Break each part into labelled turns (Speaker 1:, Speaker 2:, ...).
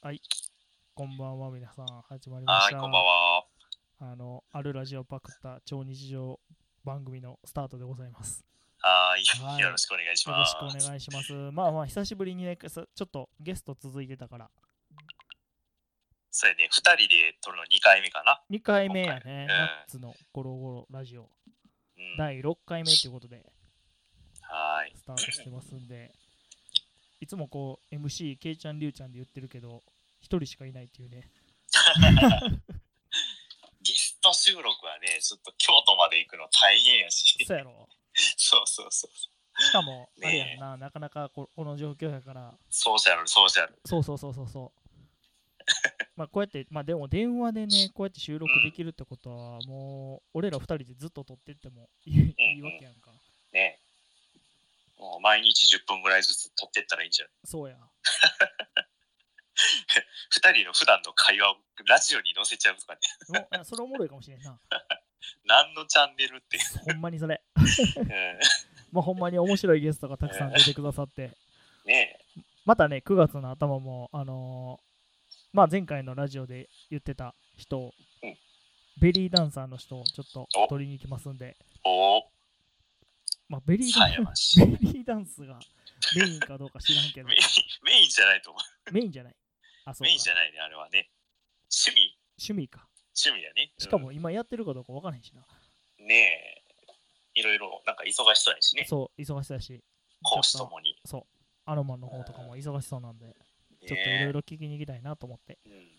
Speaker 1: はい、こんばんは、皆さん。始まりま
Speaker 2: は
Speaker 1: し
Speaker 2: い、
Speaker 1: た。
Speaker 2: こんばんは。
Speaker 1: あの、あるラジオパクった超日常番組のスタートでございます。
Speaker 2: はい
Speaker 1: はい、
Speaker 2: よろしくお願いし
Speaker 1: よろ
Speaker 2: ま
Speaker 1: し
Speaker 2: す。
Speaker 1: くお願いします。まあまあ、久しぶりにね、さちょっとゲスト続いてたから、
Speaker 2: そうやね、二人で撮るの二回目かな。
Speaker 1: 2回目やね、
Speaker 2: ん
Speaker 1: ナッツのゴロゴロラジオ、
Speaker 2: うん、
Speaker 1: 第6回目ということで、
Speaker 2: はい。
Speaker 1: スタートしてますんで、いつもこう、MC、ケイちゃん、リュウちゃんで言ってるけど、1人しかいないっていう ね、
Speaker 2: ゲスト収録はね、ちょっと京都まで行くの大変やし。
Speaker 1: そうやろ。
Speaker 2: そうそうそう。
Speaker 1: しかも、あれ
Speaker 2: ねえ
Speaker 1: やんな、なかなかここの状況やから、
Speaker 2: ソーシャル、ソーシャル。
Speaker 1: そうそうそうそう そう。まあこうやって、まあでも電話でね、こうやって収録できるってことは、もう俺ら2人でずっと撮ってってもいいいいわけやんか。
Speaker 2: ね。もう毎日10分ぐらいずつ撮ってったらいいんじゃない
Speaker 1: そうや。
Speaker 2: 二人の普段の会話をラジオに載せちゃうとかね。
Speaker 1: もうあそれおもろいかもしれんな。
Speaker 2: 何のチャンネルっていう。
Speaker 1: ほんまにそれ。
Speaker 2: うん
Speaker 1: まあほんまに面白いゲストがたくさん出てくださって。
Speaker 2: ね
Speaker 1: またね、9月の頭も、あのーまあ前回のラジオで言ってた人を
Speaker 2: うん、
Speaker 1: ベリーダンサーの人をちょっと
Speaker 2: お
Speaker 1: 取りに行きますんで、
Speaker 2: おお、
Speaker 1: まあベリーダ
Speaker 2: さ
Speaker 1: ン
Speaker 2: やまし。
Speaker 1: ス、ベリーダンスがメインかどうか知らんけど
Speaker 2: メイ。ン、メインじゃないと思
Speaker 1: メインじゃない。あ、
Speaker 2: う。
Speaker 1: そうか
Speaker 2: メインじゃないね、あれはね。趣味
Speaker 1: 趣味か。
Speaker 2: 趣味だね。
Speaker 1: しか
Speaker 2: うん
Speaker 1: も今やってるかどうか分からへんしな。
Speaker 2: ねえ、いろいろなんか忙しそうやしね、
Speaker 1: そう、忙しそうやし。
Speaker 2: 講師ともに。
Speaker 1: そう、アロマンの方とかも忙しそうなんで、ちょっといろい
Speaker 2: ね
Speaker 1: ろ聞きに行きたいなと思って。
Speaker 2: えうん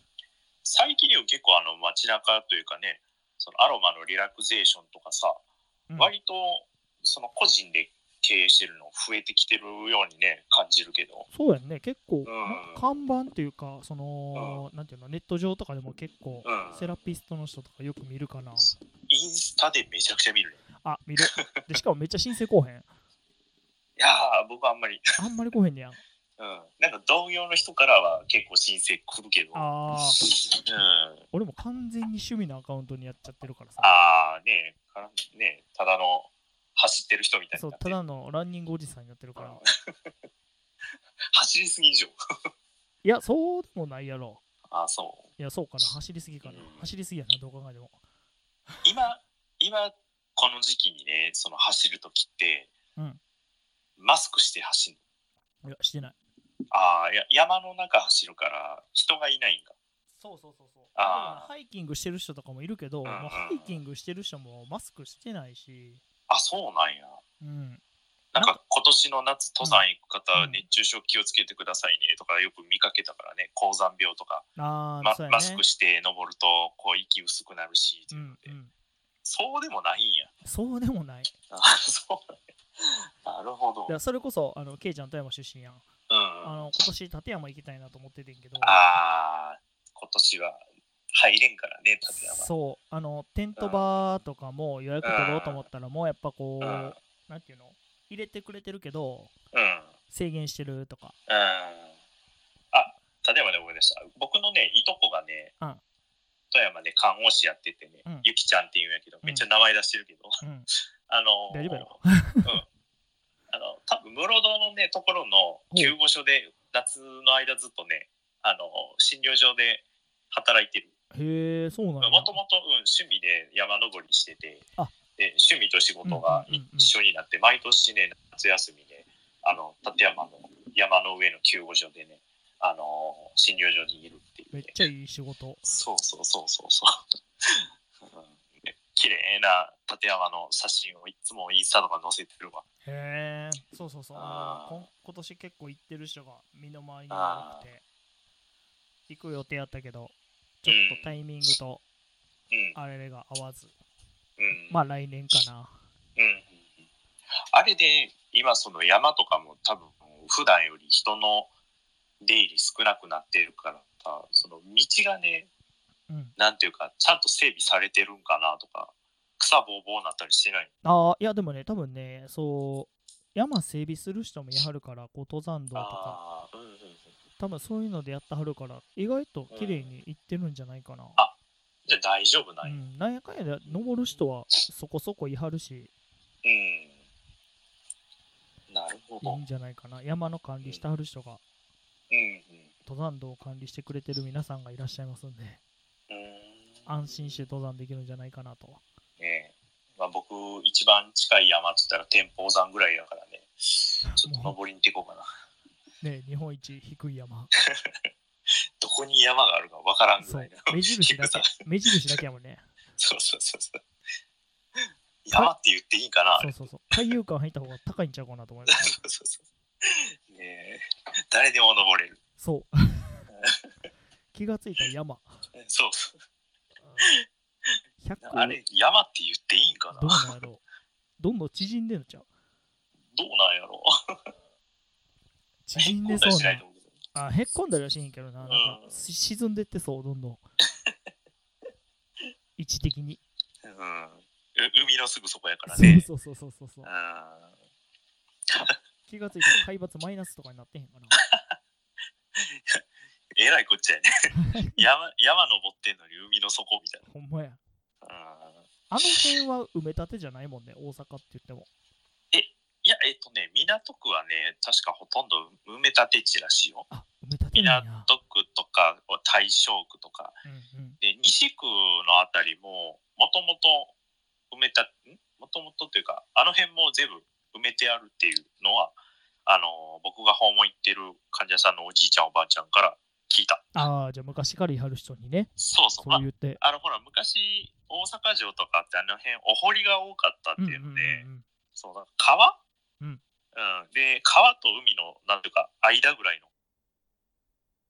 Speaker 2: 最近でも結構あの街中というかね、そのアロマのリラクゼーションとかさ、
Speaker 1: うん
Speaker 2: 割とその個人で経営してるの増えてきてるようにね、感じるけど。
Speaker 1: そうやんね、結構、
Speaker 2: ん
Speaker 1: なんか看板っていうか、その、なんていうの、ネット上とかでも結構、
Speaker 2: うん
Speaker 1: セラピストの人とかよく見るかな。
Speaker 2: インスタでめちゃくちゃ見るね。
Speaker 1: あ、見る。で、しかもめっちゃ申請こうへん。
Speaker 2: いやー、僕あんまり、
Speaker 1: あんまりこうへんねやん。
Speaker 2: うん、なんか同業の人からは結構申請来るけど、
Speaker 1: あー、
Speaker 2: うん、
Speaker 1: 俺も完全に趣味のアカウントにやっちゃってるからさ。
Speaker 2: あーねえからねえ、ただの走ってる人みたいに
Speaker 1: そう
Speaker 2: なって、
Speaker 1: ただのランニングおじさんになってるから。
Speaker 2: うん走りすぎ以上。
Speaker 1: いや、そうでもないやろ。
Speaker 2: あそう。
Speaker 1: いや、そうかな。走りすぎかな
Speaker 2: うん。
Speaker 1: 走りすぎやな、どう考えても。
Speaker 2: 今、今、この時期にね、その走るときって、
Speaker 1: うん
Speaker 2: マスクして走る。
Speaker 1: いや、してない。
Speaker 2: ああ、や山の中走るから人がいないんか。
Speaker 1: そうそうそうそう。
Speaker 2: あー
Speaker 1: ハイキングしてる人とかもいるけど、
Speaker 2: んうん
Speaker 1: もうハイキングしてる人もマスクしてないし、
Speaker 2: あ、そうなんや。
Speaker 1: うん。
Speaker 2: なんか今年の夏登山行く方は
Speaker 1: うん
Speaker 2: 熱中症気をつけてくださいねとかよく見かけたからね高山病とか、
Speaker 1: あー、
Speaker 2: ま
Speaker 1: そうやね。
Speaker 2: マスクして登るとこう息薄くなるしって
Speaker 1: う
Speaker 2: いうんので、
Speaker 1: うん。
Speaker 2: そうでもないんや
Speaker 1: そうでもない。
Speaker 2: あ そうなんやなるほど
Speaker 1: だからそれこそ、あの、ケイちゃん富山出身やん。
Speaker 2: うん
Speaker 1: あの、今年立山行きたいなと思っててんけど、
Speaker 2: ああ、今年は入れんからね、立山。
Speaker 1: そう、あの、テントバーとかも予約取ろうと思ったら、もうやっぱこう、
Speaker 2: うん
Speaker 1: なんていうの入れてくれてるけど、
Speaker 2: うん。うん。
Speaker 1: 制限してるとか。
Speaker 2: あ、立山で思い出した。僕のね、いとこがね、
Speaker 1: うん
Speaker 2: 富山で看護師やっててね、
Speaker 1: うん
Speaker 2: ゆきちゃんっていうんやけど、
Speaker 1: ん
Speaker 2: めっちゃ名前出してるけど、
Speaker 1: うん。
Speaker 2: あのー、
Speaker 1: 大丈夫やろ
Speaker 2: うん。あの、多分室堂のね、ところの
Speaker 1: う
Speaker 2: 救護所で、夏の間ずっとね、あのー、診療所で働いてる。
Speaker 1: へえ、そうなん
Speaker 2: ま
Speaker 1: だ。
Speaker 2: あもともと、うん、趣味で山登りしてて
Speaker 1: あ
Speaker 2: で趣味と仕事が
Speaker 1: うんうんうんうん
Speaker 2: 一緒になって、毎年ね夏休みねあの立山の山の上の救護所でねあのー診療所にいるっていう、
Speaker 1: めっ
Speaker 2: ね、
Speaker 1: ちゃいい仕事。
Speaker 2: そうそうそうそうそう、 うんね、綺麗な立山の写真をいつもインスタとか載せてるわ
Speaker 1: へえ、そうそうそう。
Speaker 2: あー
Speaker 1: こん今年結構行ってる人が身の回りに多くて、行く予定やったけど、ちょっとタイミングと
Speaker 2: うん
Speaker 1: あれが合わず、
Speaker 2: うん
Speaker 1: まあ来年かな。
Speaker 2: うんうんうんあれで今その山とかも多分普段より人の出入り少なくなってるからさその道がね
Speaker 1: うん。
Speaker 2: なんていうかちゃんと整備されてるんかなとか草ぼうぼうになったりしてない
Speaker 1: ああ、いやでもね、多分ね、そう、山整備する人もやはるから、こう登山道とか、
Speaker 2: あーうんうんうん
Speaker 1: 多分そういうのでやったはるから、意外と綺麗に行ってるんじゃないかな。
Speaker 2: じゃあ大丈夫な
Speaker 1: うん
Speaker 2: や
Speaker 1: ん、なんやかんやで登る人はそこそこいはるし、
Speaker 2: うんなるほ
Speaker 1: いい
Speaker 2: ど
Speaker 1: んじゃないかな。山の管理してはる人が
Speaker 2: うん
Speaker 1: 登山道を管理してくれてる皆さんがいらっしゃいますんで、
Speaker 2: うん。うん
Speaker 1: 安心して登山できるんじゃないかなと。
Speaker 2: ねまあ、僕、一番近い山って言ったら天保山ぐらいだからね、ちょっと登りに行っていこうかな。
Speaker 1: ね、日本一低い山。
Speaker 2: どこに山があるかわからんぐ
Speaker 1: そ
Speaker 2: ら
Speaker 1: う
Speaker 2: いな。。
Speaker 1: 目印だ け
Speaker 2: 低。
Speaker 1: 目印だけやもん ね。
Speaker 2: そうそうそうそう。山って言っていいんかなあ
Speaker 1: そ
Speaker 2: れ
Speaker 1: うそうそう。海遊館入った方が高いんちゃうかなと思います。
Speaker 2: そうそうそう。ねえ、誰でも登れる。
Speaker 1: そう。気がついた山。
Speaker 2: そう。
Speaker 1: 100
Speaker 2: あれ、山って言っていいんかな
Speaker 1: ど
Speaker 2: ど
Speaker 1: うなんやろう。どんどん縮んでるちゃう。
Speaker 2: うなんやろう。
Speaker 1: 縮んで
Speaker 2: 変更は
Speaker 1: そう
Speaker 2: しない
Speaker 1: な
Speaker 2: と。思うけど
Speaker 1: あ、へっこんだりはしへんけどな。なんか
Speaker 2: うん
Speaker 1: し沈んでってそう、ど んどん。位置的に。
Speaker 2: うん。う海のすぐそこやからね。。。
Speaker 1: そうそうそうそうそううん気がついたら海抜マイナスとかになってへんかな。
Speaker 2: えらいこっちゃやね。 山、山登ってんのに海の底みたい
Speaker 1: ほんまや。
Speaker 2: な。うん。
Speaker 1: あの辺は埋め立てじゃないもんね、大阪って言っても。
Speaker 2: いや、えっとね、港区はね、確かほとんど埋め立て地らしいよ。
Speaker 1: あ、埋め立てなん
Speaker 2: 港
Speaker 1: や。
Speaker 2: 区とか大正区とか。
Speaker 1: うんうん。
Speaker 2: で、西区のあたりも、もともと埋めた、もともとというか、あの辺も全部埋めてあるっていうのは、あの、僕が訪問行ってる患者さんのおじいちゃんおばあちゃんから聞いた。
Speaker 1: ああ、じゃあ昔からやる人にね、
Speaker 2: そうそう。
Speaker 1: そ
Speaker 2: ま
Speaker 1: う言って。
Speaker 2: ああの、ほら、昔、大阪城とかってあの辺、お堀が多かったって
Speaker 1: うんうん
Speaker 2: いううので、
Speaker 1: ん
Speaker 2: そうだ川、
Speaker 1: うん
Speaker 2: うんで川と海のなんていうか間ぐらいの、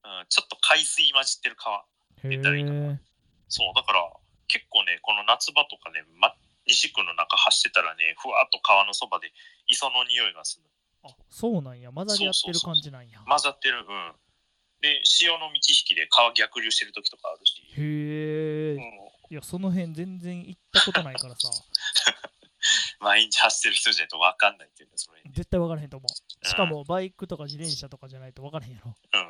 Speaker 2: うん、ちょっと海水混じってる川
Speaker 1: うん。へ
Speaker 2: 出たらいいか
Speaker 1: え。
Speaker 2: そうだから結構ねこの夏場とかね、ま、西区の中走ってたらねふわっと川のそばで磯の匂いがする
Speaker 1: あ、そうなんや。混ざり合ってる感じなんや。
Speaker 2: 混ざってるうんで潮の満ち引きで川逆流してる時とかあるし、
Speaker 1: へ
Speaker 2: う
Speaker 1: え。
Speaker 2: ん、
Speaker 1: いや、その辺全然行ったことないから さ、
Speaker 2: 毎日走ってる人じゃないと分かんないっていうねそれ、
Speaker 1: 絶対分からへんと思う。しかも、バイクとか自転車とかじゃないと分からへんやろ。
Speaker 2: うん、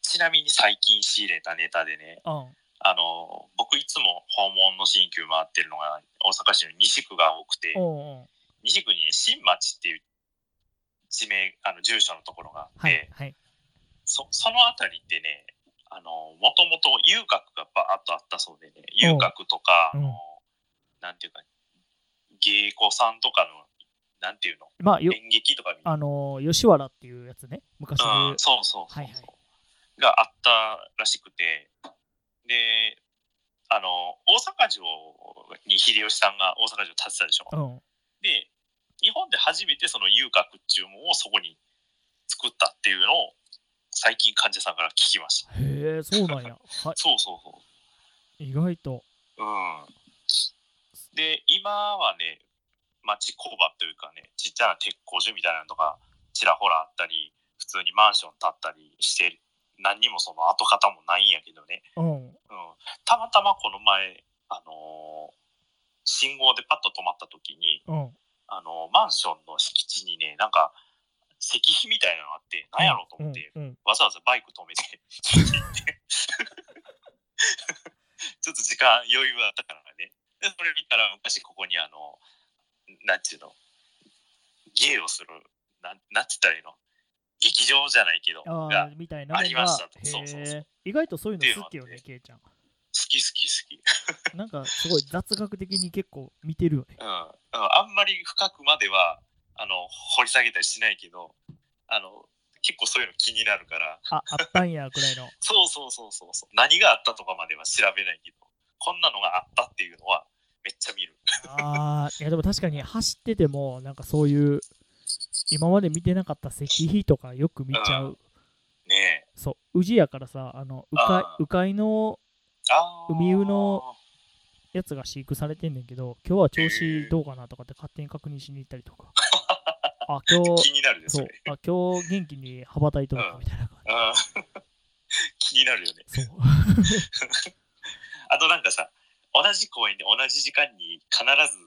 Speaker 2: ちなみに最近仕入れたネタでね
Speaker 1: あん。
Speaker 2: あの僕いつも訪問の新旧回ってるのが大阪市の西区が多くて
Speaker 1: おうんうん。
Speaker 2: 西区にね新町っていう地名あの住所のところがあって、
Speaker 1: はいはい。
Speaker 2: そその辺りってねあのもともと遊郭がバーッとあったそうでね遊郭とか、
Speaker 1: うん
Speaker 2: あのなんていうか芸妓さんとかのなんていうの
Speaker 1: まあ、よ
Speaker 2: 演劇とかみたい
Speaker 1: あのー、吉原っていうやつね、昔で
Speaker 2: な、
Speaker 1: 言
Speaker 2: う、。
Speaker 1: うん
Speaker 2: そうそうそう
Speaker 1: は
Speaker 2: そう、
Speaker 1: いはい
Speaker 2: があったらしくてであの大阪城に秀吉さんが大阪城建てたでしょ、
Speaker 1: うん。
Speaker 2: で日本で初めてその遊郭っていうものをそこに作ったっていうのを最近患者さんから聞きました
Speaker 1: へえ、そうなんや。は
Speaker 2: そうそうそう
Speaker 1: い、意外と。
Speaker 2: うんで今はね町工場というかねちっちゃな鉄工所みたいなのがちらほらあったり普通にマンション建ったりして何にもその跡形もないんやけどね、
Speaker 1: うん。
Speaker 2: うん、たまたまこの前、あのー信号でパッと止まった時に、
Speaker 1: うん。
Speaker 2: あのーマンションの敷地にねなんか石碑みたいなのがあって何やろうと思って、
Speaker 1: うんうん
Speaker 2: わざわざバイク止めて 聞いてちょっと時間余裕があったからねでそれ見たら昔ここにあのなんていうの芸をするなんなんて言ったらいいの劇場じゃないけど
Speaker 1: あ
Speaker 2: が
Speaker 1: あ、みたいなのが。
Speaker 2: ありましたと
Speaker 1: へえ
Speaker 2: そうそうそう
Speaker 1: 意外とそういうの好きよね、
Speaker 2: って
Speaker 1: ケイちゃん。
Speaker 2: 好き好き好き、
Speaker 1: なんかすごい雑学的に結構見てるよね。
Speaker 2: うん、うんあんまり深くまではあの掘り下げたりしないけどあの結構そういうの気になるから
Speaker 1: あ、あったんや、くらいの。
Speaker 2: そうそうそうそうそう何があったとかまでは調べないけどこんなのがあったっていうのはめっちゃ見る
Speaker 1: ああ、いやでも確かに走ってても、なんかそういう、今まで見てなかった石碑とかよく見ちゃう。
Speaker 2: ねえ
Speaker 1: そう、宇治やからさ、あの、鵜飼
Speaker 2: あー
Speaker 1: 鵜飼の
Speaker 2: あー
Speaker 1: 海湯のやつが飼育されてんねんけど、今日は調子どうかなとかって勝手に確認しに行ったりと か。あ、今
Speaker 2: 気
Speaker 1: 日、
Speaker 2: になるです
Speaker 1: そう
Speaker 2: ね、
Speaker 1: あ、今日元気に羽ばたいとるかみたいな感
Speaker 2: あー 気になるよね
Speaker 1: じ。そう。
Speaker 2: あとなんかさ同じ公園で同じ時間に必ず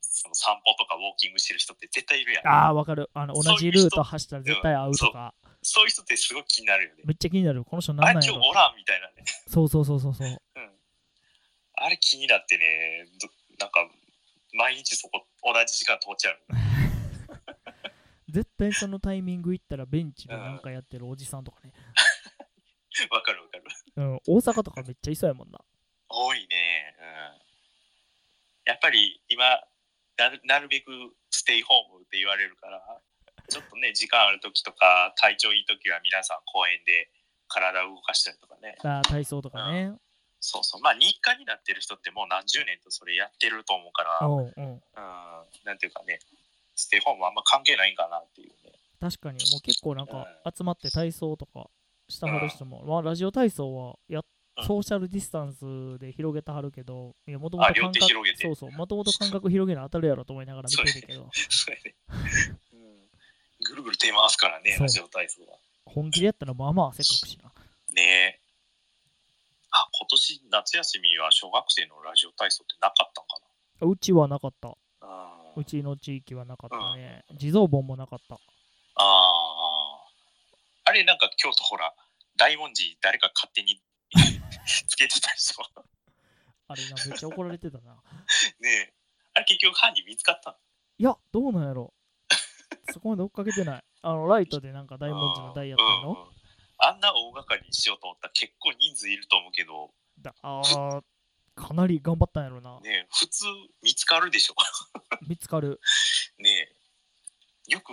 Speaker 2: その散歩とかウォーキングしてる人って絶対いるやん
Speaker 1: ああ、わかる。あの、同
Speaker 2: そうい
Speaker 1: じ
Speaker 2: う人
Speaker 1: ルート走ったら絶対合うとか、
Speaker 2: そういう人ってすごい気になるよね
Speaker 1: めっちゃ気になる。この人
Speaker 2: あ
Speaker 1: 何
Speaker 2: れ
Speaker 1: なんや
Speaker 2: 今日
Speaker 1: ろ
Speaker 2: おらんみたいなね
Speaker 1: そうそうそうそうそう。
Speaker 2: あれ気になってねどなんか毎日そこ同じ時間通っちゃう
Speaker 1: 絶対そのタイミング行ったらベンチでなんかやってるおじさんとかね。
Speaker 2: わかるわかる。
Speaker 1: うん、大阪とかめっちゃいそうやもんな。
Speaker 2: 多いね。うん。やっぱり今なる、なるべくステイホームって言われるから、ちょっとね、時間ある時とか、体調いい時は皆さん公園で体を動かしたりとかね。
Speaker 1: あー体操とかね。
Speaker 2: そうそう。まあ日課になってる人ってもう何十年とそれやってると思うから、う
Speaker 1: うん
Speaker 2: ん。
Speaker 1: うん。
Speaker 2: なんていうかね、ステイホームはあんま関係ないんかなっていうね。
Speaker 1: 確かに、もう結構なんか集まって体操とかしたはる人も、まあラジオ体操はやっ
Speaker 2: うん
Speaker 1: ソーシャルディスタンスで広げたはるけど、いや、もともと
Speaker 2: あ両
Speaker 1: 感
Speaker 2: 手
Speaker 1: 覚
Speaker 2: 広げ、て
Speaker 1: そうそう、もともと感覚広げな当たるやろと思いながら見てるけど、
Speaker 2: それで、うん。ぐるぐる手回すからね、
Speaker 1: そう
Speaker 2: ラジオ体操は。
Speaker 1: 本気でやったらまあまあ汗かくしな。
Speaker 2: ねえ。あ、今年夏休みは小学生のラジオ体操ってなかったんか
Speaker 1: うちはなかった。
Speaker 2: な。う
Speaker 1: うちの地域はなかったね。地蔵盆もなかった。
Speaker 2: ああ。あれ、なんか京都ほら、大文字誰か勝手につけてたでしょ。
Speaker 1: あれな、めっちゃ怒られてたな。
Speaker 2: ねえ。あれ結局犯人見つかったの
Speaker 1: いや、どうなんやろ。そこまで追っかけてない。あの、ライトでなんか大文字のダイヤっていう
Speaker 2: うんう
Speaker 1: の
Speaker 2: んあんな大掛かりにしようと思ったら結構人数いると思うけど、
Speaker 1: だあーかなり頑張ったんやろな。
Speaker 2: ねえ、普通見つかるでしょ。
Speaker 1: 見つかる。
Speaker 2: ねえ。よく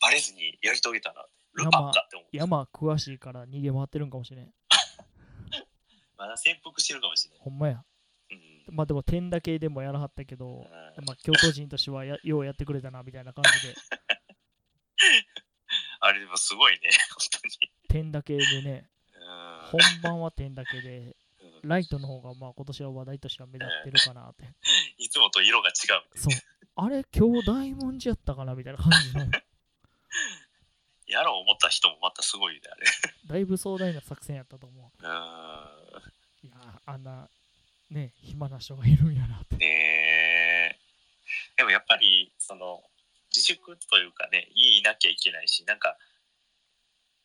Speaker 2: バレずにやり遂げたな。ルパンかって思う。
Speaker 1: 山詳しいから逃げ回ってるんかもしれん。
Speaker 2: まだ潜伏してるかもしれない。
Speaker 1: ほんまや。
Speaker 2: うん
Speaker 1: まあでも点だけでもやらはったけど、
Speaker 2: うん
Speaker 1: まあ京都人としてはやようやってくれたなみたいな感じで、
Speaker 2: あれでもすごいね、本
Speaker 1: 点だけでね、
Speaker 2: 当
Speaker 1: 本
Speaker 2: に。
Speaker 1: 番は点だけで、
Speaker 2: うんうん
Speaker 1: ライトの方がまあ今年は話題としては目立ってるかなって。
Speaker 2: いつもと色が違う。
Speaker 1: そう。あれ、今日大文字やったかなみたいな感じ の、
Speaker 2: やろう思った人もまたすごいね、あれ。
Speaker 1: だいぶ壮大な作戦やったと思う。
Speaker 2: う
Speaker 1: いやー、あんな、ね、暇な人がいるんやなって
Speaker 2: ーん。。ねえ。でもやっぱり、その、自粛というかね、家いなきゃいけないし、なんか、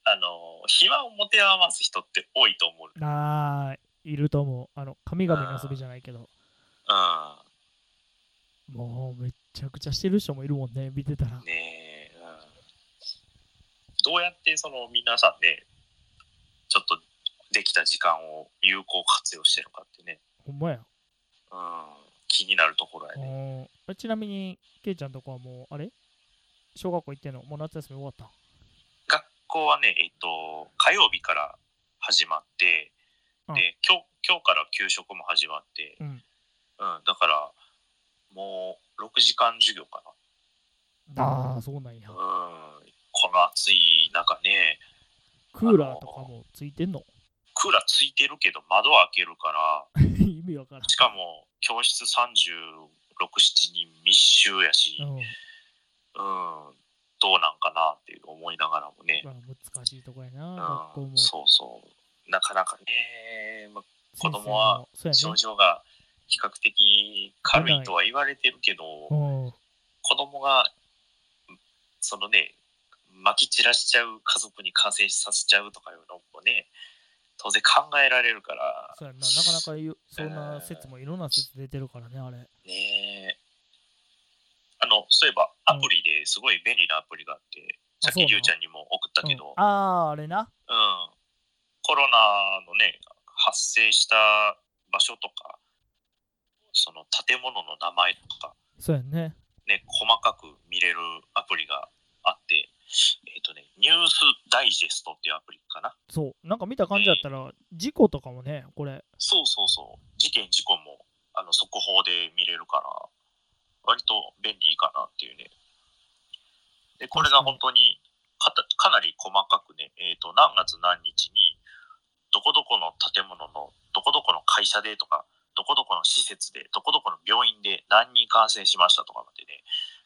Speaker 2: あの、暇を持て余す人って多いと思う。うん。
Speaker 1: なあ、いると思う。あの、神々の遊びじゃないけど、もうめっちゃくちゃしてる人もいるもんね、見てたら。
Speaker 2: ねえ、うん。どうやって、その、皆さんね、ちょっとできた時間を有効活用してるかってね。
Speaker 1: ほんまや。
Speaker 2: うん気になるところやね。
Speaker 1: うんちなみに、ケイちゃんとこはもう、あれ小学校行ってんのもう夏休み終わった
Speaker 2: 学校はね、えっと、火曜日から始まっ
Speaker 1: う
Speaker 2: て、
Speaker 1: ん
Speaker 2: で今日今日から給食も始まって、
Speaker 1: うん
Speaker 2: うんだからもう6時間授業か
Speaker 1: ああ、そうなんや
Speaker 2: な。う。ん、この暑い中ね、
Speaker 1: クーラーとかもついてんの
Speaker 2: クーラーついてるけど窓は開けるから、
Speaker 1: 意味わからん。
Speaker 2: しかも教室36、7人密集やし、うん、
Speaker 1: うん、
Speaker 2: どうなんかなっていう思いながらもね、
Speaker 1: まあ難しいとこやな、学校
Speaker 2: うん、
Speaker 1: も
Speaker 2: そうそう、なかなかね、まあ
Speaker 1: 先生も
Speaker 2: 子供は
Speaker 1: そうや
Speaker 2: 症
Speaker 1: ね。
Speaker 2: 状が比較的軽いとは言われてるけど、
Speaker 1: うん
Speaker 2: 子供がそのね撒き散らしちゃう家族に感染させちゃうとかいうのもね当然考えられるから
Speaker 1: そうやな、なかなか言うそんな説もいろんな説出てるからね、あれ。
Speaker 2: ねえあのそういえば
Speaker 1: うん
Speaker 2: アプリですごい便利なアプリがあって、さっ
Speaker 1: そうな
Speaker 2: き
Speaker 1: の
Speaker 2: りゅうちゃんにも送ったけ
Speaker 1: う
Speaker 2: ど、
Speaker 1: んああ、あれな。
Speaker 2: うん、コロナのね発生した場所とかその建物の名前とか
Speaker 1: そうやね。
Speaker 2: ね、細かく見れるアプリがあって、えっ、とね、ニュースダイジェストっていうアプリかな。
Speaker 1: そう、なんか見た感じだったら、事故とかもね、これ、
Speaker 2: そうそうそう。事件、事故も、あの、速報で見れるから、割と便利かなっていうね。で、これが本当にかた、かなり細かくね、えっ、と、何月何日に、どこどこの建物の、どこどこの会社でとか、どこどこの施設で、どこどこの病院で何人感染しましたとかまでね、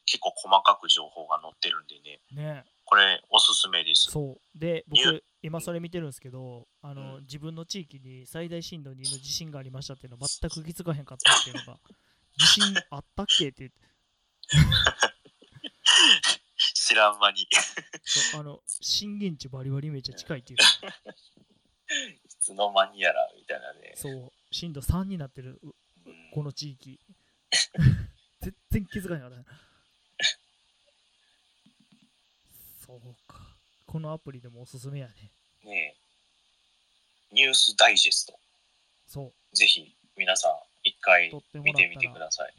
Speaker 2: 結構細かく情報が載ってるんでね、
Speaker 1: ね、
Speaker 2: これおすすめです。
Speaker 1: そう。で、
Speaker 2: ニュ
Speaker 1: 僕、今それ見てるんですけど、あの、
Speaker 2: うん
Speaker 1: 自分の地域に最大震度2の地震がありましたっていうの全く気づかへんかったっていうのが、 地震あったっけって言って
Speaker 2: 知らん間に。い
Speaker 1: そう、あの、震源地バリバリめっちゃ近いっていう。
Speaker 2: つの間にやら、みたいなね。
Speaker 1: そう、震度3になってる、う
Speaker 2: うん
Speaker 1: この地域。 全然気づかへんかった。そうか。このアプリでもおすすめやね。
Speaker 2: ねえニュースダイジェスト。
Speaker 1: そう。
Speaker 2: ぜひ皆さん一回
Speaker 1: 撮ってもら
Speaker 2: 見
Speaker 1: ったら
Speaker 2: てみてください。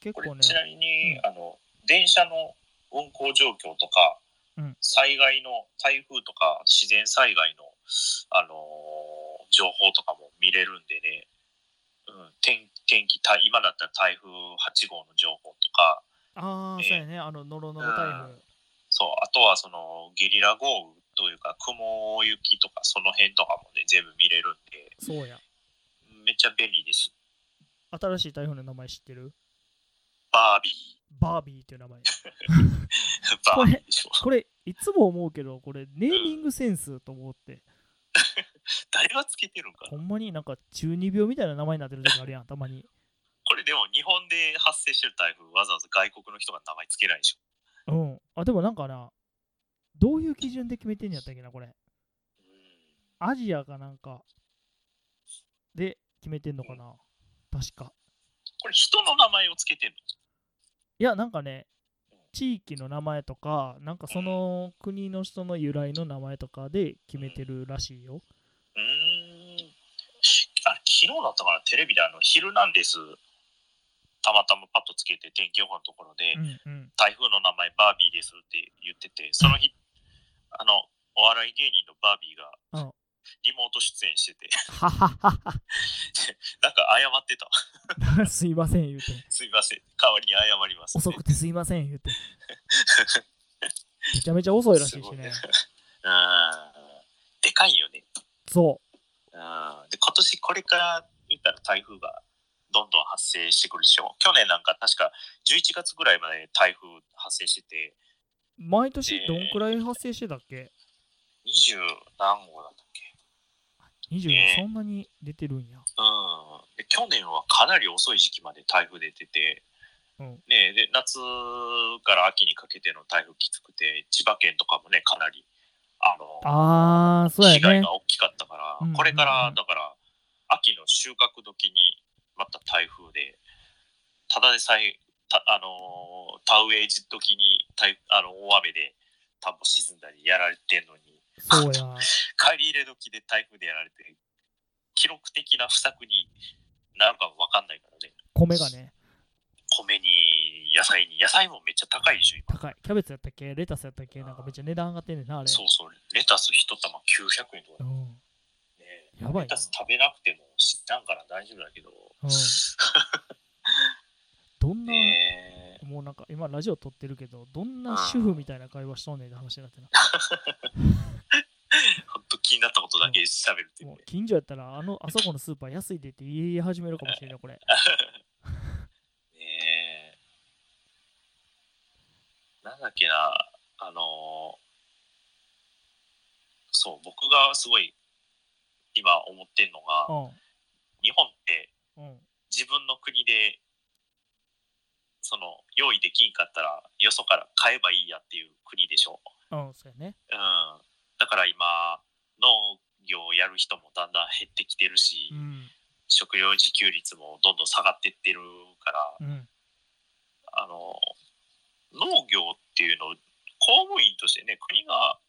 Speaker 1: 結
Speaker 2: これ
Speaker 1: 構ね、
Speaker 2: ちなみに、
Speaker 1: うん
Speaker 2: あの電車の運行状況とか、
Speaker 1: うん
Speaker 2: 災害の台風とか自然災害の、あのー情報とかも見れるんでね、うん、天天気た今だったら台風8号の情報とか
Speaker 1: ああ、
Speaker 2: えー
Speaker 1: そうやね。あの、ノロノロ台風。
Speaker 2: そうあとはそのゲリラ豪雨というか雲行きとかその辺とかもね全部見れるんで
Speaker 1: そうや。
Speaker 2: めっちゃ便利です。
Speaker 1: 新しい台風の名前知ってる
Speaker 2: バービ
Speaker 1: バービーっていう名前。
Speaker 2: ーバービーでしょ。
Speaker 1: これ、いつも思うけど、これ、ネーミングセンスと思って、
Speaker 2: 誰がつけてるんか
Speaker 1: ほ
Speaker 2: なん
Speaker 1: まになんか中二病みたいな名前になってる時あるやん、たまに。
Speaker 2: これでも日本で発生してる台風わざわざ外国の人が名前つけないでしょ
Speaker 1: うん。あ、でもなんかな、どういう基準で決めてんやったっけな、これ。アジアかなんかで決めてんのかな、確か。
Speaker 2: これ人の名前をつけてる
Speaker 1: いや、なんかね、地域の名前とか、なんかその国の人の由来の名前とかで決めてるらしいよ。
Speaker 2: のうーんあ昨日だったかなテレビであの「ヒルナンデス」たまたまパッとつけて天気予報のところで、
Speaker 1: うんうん。
Speaker 2: 台風の名前バービーですって言っててその日あのお笑い芸人のバービーが
Speaker 1: うん
Speaker 2: リモート出演してて
Speaker 1: ははは
Speaker 2: なんか謝ってた
Speaker 1: は。 すいません、言うて。
Speaker 2: すいません代わりに謝ります
Speaker 1: 遅くてすいません、言う て。めちゃめちゃ遅いらしい
Speaker 2: す
Speaker 1: し
Speaker 2: ご
Speaker 1: ね。
Speaker 2: うんでかいよね
Speaker 1: そ
Speaker 2: うんで今年これから言ったら台風がどんどん発生してくるでしょう去年なんか確か11月ぐらいまで台風発生してて
Speaker 1: う。毎年どんくらい発生してたっけ
Speaker 2: 20何号だったっけ
Speaker 1: ?20、
Speaker 2: えー
Speaker 1: そんなに出てるんや。
Speaker 2: うんで去年はかなり遅い時期まで台風出てて、
Speaker 1: うん
Speaker 2: ね、で夏から秋にかけての台風きつくて千葉県とかもねかなりあの
Speaker 1: あー、そうや
Speaker 2: 被害
Speaker 1: ね
Speaker 2: が。大きかったから、
Speaker 1: うんうんうん
Speaker 2: これからだから秋の収穫時にまた台風でただでさえたあのー田植え時に台あの大雨で田んぼ沈んだりやられてんのに
Speaker 1: そうや。
Speaker 2: 帰り入れ時で台風でやられて記録的な不作になるかも分かんないからね
Speaker 1: 米がね、
Speaker 2: 米に野菜に野菜もめっちゃ高いでしょ今
Speaker 1: 高い。キャベツやったっけレタスやったっけなんかめっちゃ値段上がってんねんな、あれ。
Speaker 2: そうそうレタス一玉900円とか
Speaker 1: う
Speaker 2: ね、
Speaker 1: ん。やばいな
Speaker 2: レタス食べなくても死なんから大丈夫だけど、
Speaker 1: うんどんな、
Speaker 2: ねえ
Speaker 1: もうなんか今ラジオ撮ってるけど、どんな主婦みたいな会話しとんねんって話になってな。
Speaker 2: ほんと気になったことだけ喋るっていう
Speaker 1: も
Speaker 2: ね
Speaker 1: う近所やったら、あの、あそこのスーパー安いでって言い始めるかもしれない、これ。
Speaker 2: ねえなんだっけなあのーそう僕がすごい今思ってるの
Speaker 1: う
Speaker 2: が
Speaker 1: ん。
Speaker 2: 日本って
Speaker 1: うん。
Speaker 2: 自分の国でその用意できんかったらよそから買えばいいやっていう国でしょ、
Speaker 1: うん、そうやね。
Speaker 2: うん、だから今農業をやる人もだんだん減ってきてるし、
Speaker 1: うん。
Speaker 2: 食料自給率もどんどん下がってってるから
Speaker 1: うん。
Speaker 2: あの農業っていうのを公務員としてね国が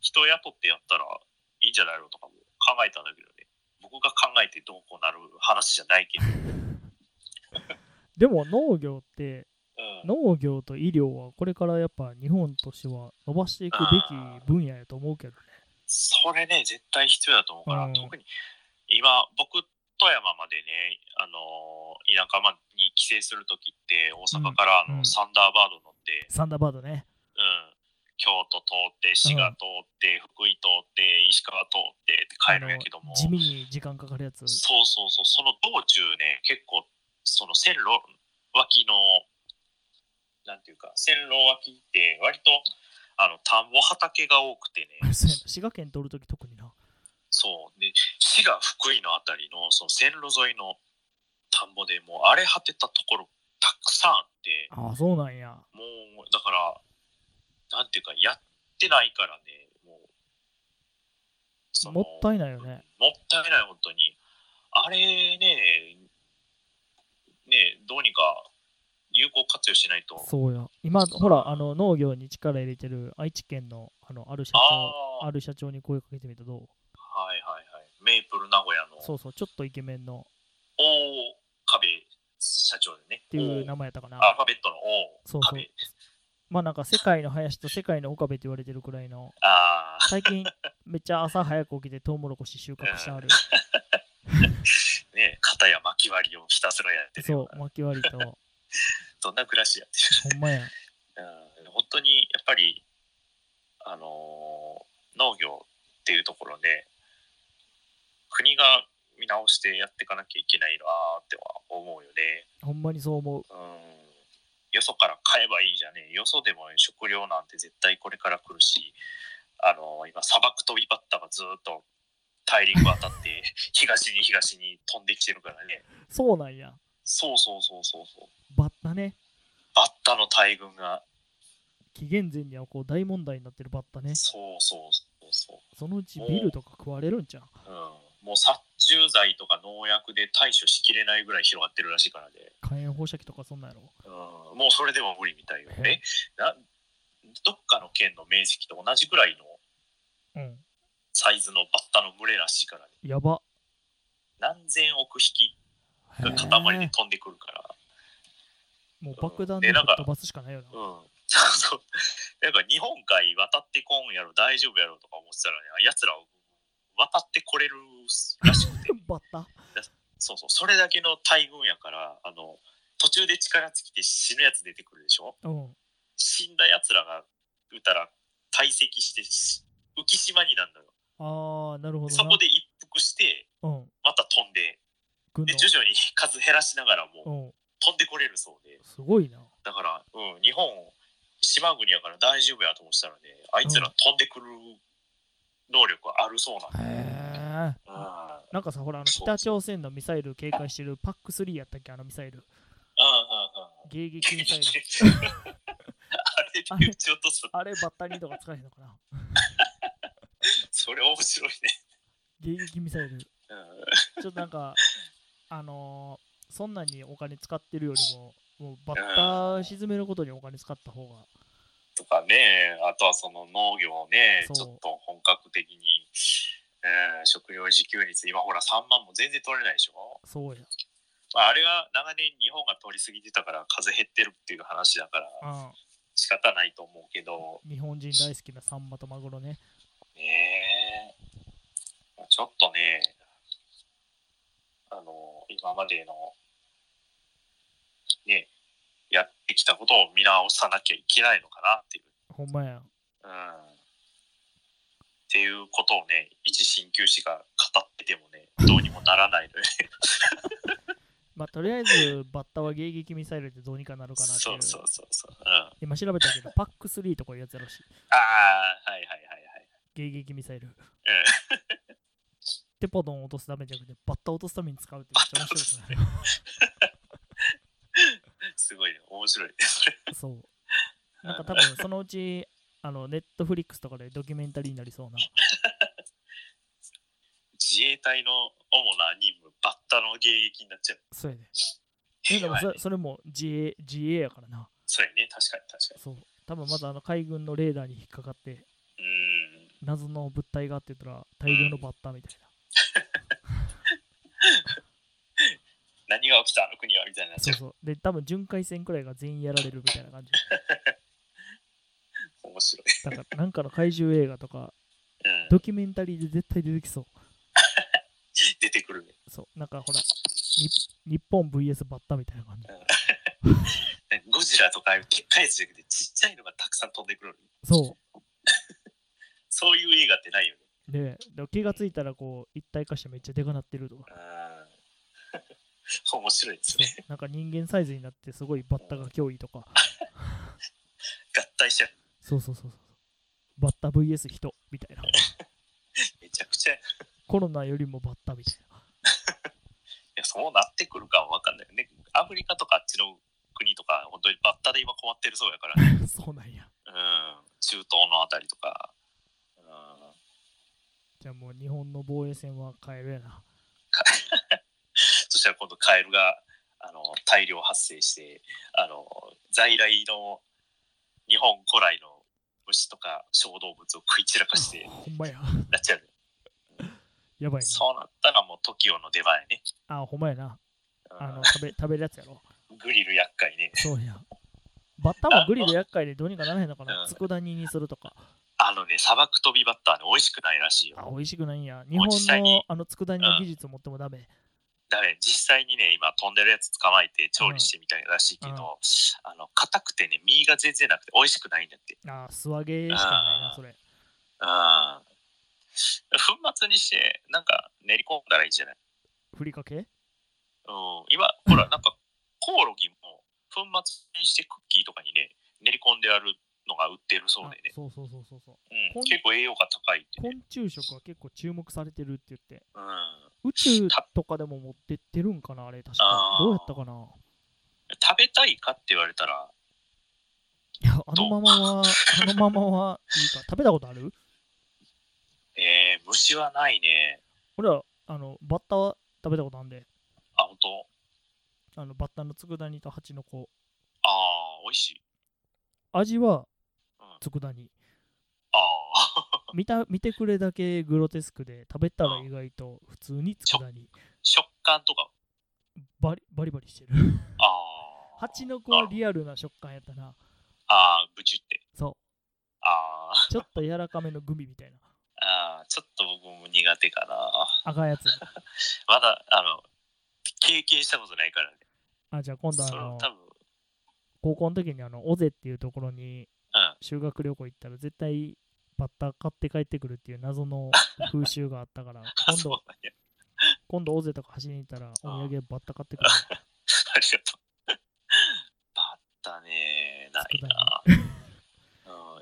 Speaker 2: 人を雇ってやったらいいんじゃないのとかも考えたんだけどね僕が考えてどうこうなる話じゃないけど、
Speaker 1: でも農業って、
Speaker 2: うん、
Speaker 1: 農業と医療はこれからやっぱ日本としては伸ばしていくべき分野やと思うけどね。
Speaker 2: それね絶対必要だと思うから、
Speaker 1: うん
Speaker 2: 特に今僕富山までねあの田舎まに帰省する時って大阪からあ
Speaker 1: うん
Speaker 2: のサンダーバード乗って、
Speaker 1: サンダーバードね。
Speaker 2: うん、京都通って滋賀通って、福井通って石川通ってって帰るんやけど
Speaker 1: あの
Speaker 2: も
Speaker 1: 地味に時間かかるやつ。
Speaker 2: そうそうそうその道中ね結構その線路脇のなんていうか線路脇って割とあの田んぼ畑が多くてね
Speaker 1: そうやな 滋賀県取るとき特にな。
Speaker 2: そうで滋賀福井のあたりのその線路沿いの田んぼでもう荒れ果てたところたくさんあって
Speaker 1: ああ、そうなんや。
Speaker 2: もうだからなんていうかやってないからねもうそ
Speaker 1: も
Speaker 2: の
Speaker 1: ったいないよね。
Speaker 2: もったいない本当にあれねねどうにか有効活用しないと。
Speaker 1: そうや。今、ほら、あの農業に力入れてる愛知県のあのある社長、
Speaker 2: ああー、
Speaker 1: ある社長に声かけてみたらどう
Speaker 2: はいはいはい。メイプル名古屋の
Speaker 1: そうそう、ちょっとイケメンの
Speaker 2: 大壁社長でね。
Speaker 1: っていう名前やったかな
Speaker 2: 大。アルファベットの
Speaker 1: そう
Speaker 2: 大
Speaker 1: そう
Speaker 2: 壁。
Speaker 1: まあなんか世界の林と世界の岡部って言われてるくらいの、
Speaker 2: ああ、
Speaker 1: 最 近めっちゃ朝早く起きてトウモロコシ収穫してあ る。
Speaker 2: ね、片や巻き割りをひたすらやってるよ
Speaker 1: そうう、
Speaker 2: な。
Speaker 1: 薪割りと。ほ
Speaker 2: どんな暮らしやってる
Speaker 1: んまや。
Speaker 2: うん本当にやっぱり、あのー農業っていうところで国が見直してやっていかなきゃいけないなーっては思うよね、
Speaker 1: ほんまにそう思う。
Speaker 2: うん、よそから買えばいいじゃねえよそでも食料なんて絶対これから来るし、あのー今砂漠飛びバッタがずーっと大陸渡って 東に東に飛んできてるからね
Speaker 1: そうなんや。
Speaker 2: そうそうそうそうそう
Speaker 1: バッタね。
Speaker 2: バッタの大群が
Speaker 1: 紀元前にはこう大問題になってるバッタね。
Speaker 2: そうそうそうそう
Speaker 1: そのうちビルとか食われるんじゃん。
Speaker 2: うんもう殺虫剤とか農薬で対処しきれないぐらい広がってるらしいからね、
Speaker 1: 火炎放射器とかそんなんやろ。
Speaker 2: うん、もうそれでも無理みたいよ
Speaker 1: へえ
Speaker 2: ねなどっかの県の面積と同じぐらいの
Speaker 1: うん。
Speaker 2: サイズのバッタの群れらしいからね
Speaker 1: やば。
Speaker 2: 何千億匹
Speaker 1: へ
Speaker 2: が
Speaker 1: ー
Speaker 2: 塊で飛んでくるから、
Speaker 1: もう爆弾で
Speaker 2: え
Speaker 1: ぶ
Speaker 2: な
Speaker 1: っ
Speaker 2: んか
Speaker 1: 飛ばすしかないよな。
Speaker 2: うん、そうそう やっぱ日本海渡ってこんやろ大丈夫やろとか思ってたらねやつらを渡ってこれるら しくて
Speaker 1: バッタ
Speaker 2: そうそうそれだけの大群やからあの途中で力尽きて死ぬやつ出てくるでしょ
Speaker 1: うん。
Speaker 2: 死んだやつらが言うたら堆積してし浮き島になるのよ
Speaker 1: あー、なるほどな。
Speaker 2: そこで一服して
Speaker 1: うん。
Speaker 2: また飛んで
Speaker 1: 軍
Speaker 2: で徐々に数減らしながらも
Speaker 1: の。うん。
Speaker 2: 飛んでこれるそうで
Speaker 1: すごいな。
Speaker 2: だから、うん、日本島国やから大丈夫やと思ってたらねあいつら飛んでくる能力はあるそうなんだよ、
Speaker 1: へ
Speaker 2: う
Speaker 1: ー
Speaker 2: ん、。あ
Speaker 1: なんかさ、ほら、あの
Speaker 2: そう
Speaker 1: 北朝鮮のミサイル警戒してるパック3やったっけ、あのミサイル。
Speaker 2: あああ
Speaker 1: 迎撃ミサイ ル。
Speaker 2: あれで撃ち落とす
Speaker 1: あれ、バッタリーとか使えへんのかな。
Speaker 2: それ面白いね、
Speaker 1: 迎撃ミサイル。ち
Speaker 2: うん、
Speaker 1: ょっとなんか、あのー、そんなにお金使ってるよりも、もうバッタ沈めることにお金使った方が。
Speaker 2: とかねあとはその農業をね
Speaker 1: そう
Speaker 2: ちょっと本格的に、えー食料自給率今ほら3万も全然取れないでしょ、
Speaker 1: そうや。
Speaker 2: まあ、あれは長年日本が取りすぎてたから風減ってるっていう話だから
Speaker 1: う
Speaker 2: 仕方ないと思うけど
Speaker 1: ん。日本人大好きなサンマとマグロね。
Speaker 2: ねえまあちょっとねあの今までのねやってきたことを見直さなきゃいけないのかなっていう
Speaker 1: ほんまや。
Speaker 2: うんっていうことをね、一鍼灸師が語っててもね、どうにもならないのよね。
Speaker 1: まあ、とりあえ ず、バッタは迎撃ミサイルでどうにかなるかなって
Speaker 2: そ
Speaker 1: いうう。
Speaker 2: そうそうそう。うん、あ
Speaker 1: 今調べたけ ど、パック3とかいうやつやろしい。
Speaker 2: あー、はいはいは
Speaker 1: 迎撃ミサイル。
Speaker 2: いはい。うん、
Speaker 1: テポドンを落とすためじゃなくて、バッタを落とすために使うってめっちゃ面白いです ね。
Speaker 2: すごいね、面白いね。それ
Speaker 1: そう。なんか多分、そのうち、あの、ネットフリックスとかでドキュメンタリーになりそうな。
Speaker 2: 自衛隊の主な任務、バッタの迎撃になっちゃう。
Speaker 1: そうやで。え、でもそそれも自衛、自衛やからな。
Speaker 2: それね、確かに確か
Speaker 1: そう。多分まずあの海軍のレーダーに引っかかって、
Speaker 2: に。うん、
Speaker 1: 謎の物体があって言ったら、大量のバッタみたいな。
Speaker 2: 何が起きたあの国はみたいになっち
Speaker 1: そう
Speaker 2: ゃう。
Speaker 1: そう。で、多分巡回戦くらいが全員やられるみたいな感じ。
Speaker 2: 面白い。
Speaker 1: だから、なんかの怪獣映画とか、
Speaker 2: うん、
Speaker 1: ドキュメンタリーで絶対出てきそう。
Speaker 2: 出てくるね。
Speaker 1: そう。なんかほら、に日本 VS バッタみたいな感じ。
Speaker 2: ゴジラとかああいうでっかいやつじゃなくて、ちっちゃいのがたくさん飛んでくる。
Speaker 1: そう。
Speaker 2: そういう映画ってないよね。
Speaker 1: ねえでも気がついたらこう一体化してめっちゃでかなってるとか
Speaker 2: うん 面白いですね。
Speaker 1: なんか人間サイズになってすごいバッタが脅威とか
Speaker 2: 合体しちゃう。
Speaker 1: そうそうそうそうバッタ VS 人みたいな
Speaker 2: めちゃくちゃ。い
Speaker 1: コロナよりもバッタみたいな
Speaker 2: や、そうなってくるかはわかんないよね。アフリカとかあっちの国とか、本当にバッタで今困ってるそうやからね。
Speaker 1: そうなん や
Speaker 2: うん。中東のあたりとか。うん。
Speaker 1: じゃあもう日本の防衛戦は変えるやな
Speaker 2: かそしたら今度カエルがあの大量発生してあの在来の日本古来の虫とか小動物を食い散らかし て
Speaker 1: ほんまや。
Speaker 2: なっちゃう
Speaker 1: やばい
Speaker 2: そうなったらもう TOKIO の出番やね、
Speaker 1: な。あ、ほんまやな。
Speaker 2: うん
Speaker 1: あの、食べ、食べるやつやろ。
Speaker 2: グリル厄介ね
Speaker 1: そうや。バッタもグリル厄介でどうにかならへんのか
Speaker 2: う
Speaker 1: な。
Speaker 2: ん
Speaker 1: 佃煮にするとか。
Speaker 2: あのね砂漠飛びバッターね美味しくないらしいよ
Speaker 1: あ、美味しくないんや。日本
Speaker 2: 実際
Speaker 1: の
Speaker 2: に
Speaker 1: あの佃煮の技術持ってもダメ。
Speaker 2: だね実際にね今飛んでるやつ捕まえて調理してみたいらしいけど、
Speaker 1: うん
Speaker 2: あの硬くてね身が全然なくて美味しくないんだって
Speaker 1: あ、素揚げしかないな
Speaker 2: あ、ー
Speaker 1: それ。
Speaker 2: うん粉末にしてなんか練り込んだらいいんじゃない、
Speaker 1: ふりかけ
Speaker 2: うん、今ほらなんかコオロギも粉末にしてクッキーとかにね練り込んであるのが売ってるそうで
Speaker 1: あ
Speaker 2: ね、
Speaker 1: そうそうそうそうそう。
Speaker 2: う
Speaker 1: こん
Speaker 2: ん、結構栄養価高いってね、
Speaker 1: 昆虫食は結構注目されてるって言って。
Speaker 2: うん、
Speaker 1: 宇宙とかでも持ってってるんかなあれ確か
Speaker 2: あ。ー
Speaker 1: どうやったかな
Speaker 2: 食べたいかって言われたら
Speaker 1: いや、あのま まは、あのままはいいか。食べたことある
Speaker 2: えー、虫はないね
Speaker 1: 俺は、あの、バッタは食べたことあるんで、
Speaker 2: あ本当
Speaker 1: あの、バッタの佃煮と蜂の子。
Speaker 2: あー美味しい
Speaker 1: 味は
Speaker 2: うん
Speaker 1: 佃煮。
Speaker 2: ああ
Speaker 1: 見た、見てくれだけグロテスクで、食べたら意外と普通に佃煮。
Speaker 2: 食感とか
Speaker 1: バリバリバリしてる。
Speaker 2: ああ。
Speaker 1: 蜂の子はリアルな食感やったな。
Speaker 2: ああ、ブチュって。
Speaker 1: そ
Speaker 2: あ
Speaker 1: う。ちょっと柔らかめのグミみたいな。
Speaker 2: あ、ああ、ちょっと僕も苦手かな。
Speaker 1: 赤いやつ。
Speaker 2: まだ、あの、経験したことないからね。
Speaker 1: あ、じゃあ今度あ
Speaker 2: それは
Speaker 1: の、
Speaker 2: 多分、
Speaker 1: 高校の時にあの、尾瀬っていうところに
Speaker 2: うん。
Speaker 1: 修学旅行行ったら絶対バッタ買って帰ってくるっていう謎 の風習があったから
Speaker 2: あ
Speaker 1: 今
Speaker 2: そう
Speaker 1: 度
Speaker 2: なんや。
Speaker 1: 今度大勢とか走りに行ったらお土産バッタ買ってくる
Speaker 2: ありがとう。バッタね、ないな。うん、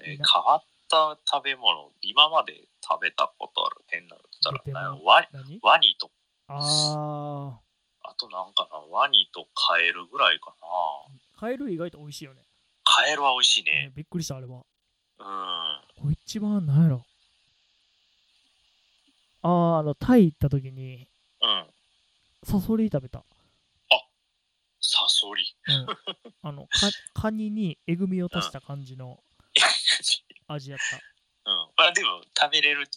Speaker 2: え変わった食べ物、今まで食べたことある変なのって言ったら、
Speaker 1: 出ても
Speaker 2: ワニ
Speaker 1: 何
Speaker 2: ワニと、
Speaker 1: あ
Speaker 2: あとなんかな、ワニとカエルぐらいかな。
Speaker 1: ーカエル意外と美味しいよね
Speaker 2: カエルは美味しい
Speaker 1: ね
Speaker 2: ね。
Speaker 1: びっくりしたあれは
Speaker 2: うん。
Speaker 1: これ一番何やろあーあのタイ行った時に
Speaker 2: うん。
Speaker 1: サソリ食べた、
Speaker 2: サソリ。
Speaker 1: うん、あのカ カニにえぐみを足した感じの味やっ
Speaker 2: うん。まあでも、食べれる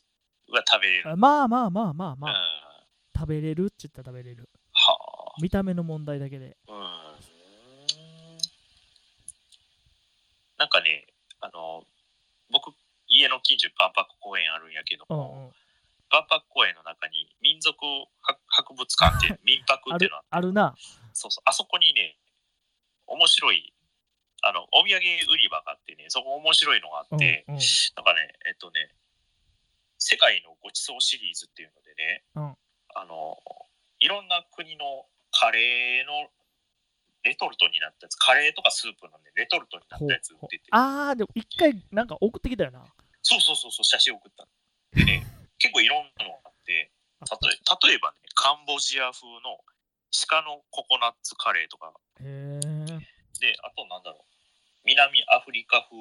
Speaker 2: は食べれる。
Speaker 1: たあまあまあまあまあ
Speaker 2: うん。
Speaker 1: まあ
Speaker 2: は
Speaker 1: 食べれるっちゅったら食べれる見た目の問題だけで
Speaker 2: あ。うん。なんかね、あの、僕、家の近所に万博公園あるんやけど
Speaker 1: うんう
Speaker 2: も、
Speaker 1: ん
Speaker 2: 万博公園の中に民族博博物 館っていう民泊
Speaker 1: あ
Speaker 2: ってい
Speaker 1: る
Speaker 2: うのあって
Speaker 1: あるな
Speaker 2: そうそう、あそこにね、面白い、あの、お土産売り場があってね、そこ面白いのがあって、
Speaker 1: うんうん
Speaker 2: なんかね、えっとね、世界のごちそうシリーズっていうのでね、
Speaker 1: うん
Speaker 2: あの、いろんな国のカレーのレトルトになったやつ、カレーとかスープのね、レトルトになったやつ売ってて、
Speaker 1: あーでも一回なんか送ってきたよな
Speaker 2: そうそうそうそう、写真送ったの。でね、結構いろんなのがあって、例え例えばね、カンボジア風の鹿のココナッツカレーとか、
Speaker 1: へえ
Speaker 2: で、あとなんだろう、南アフリカ風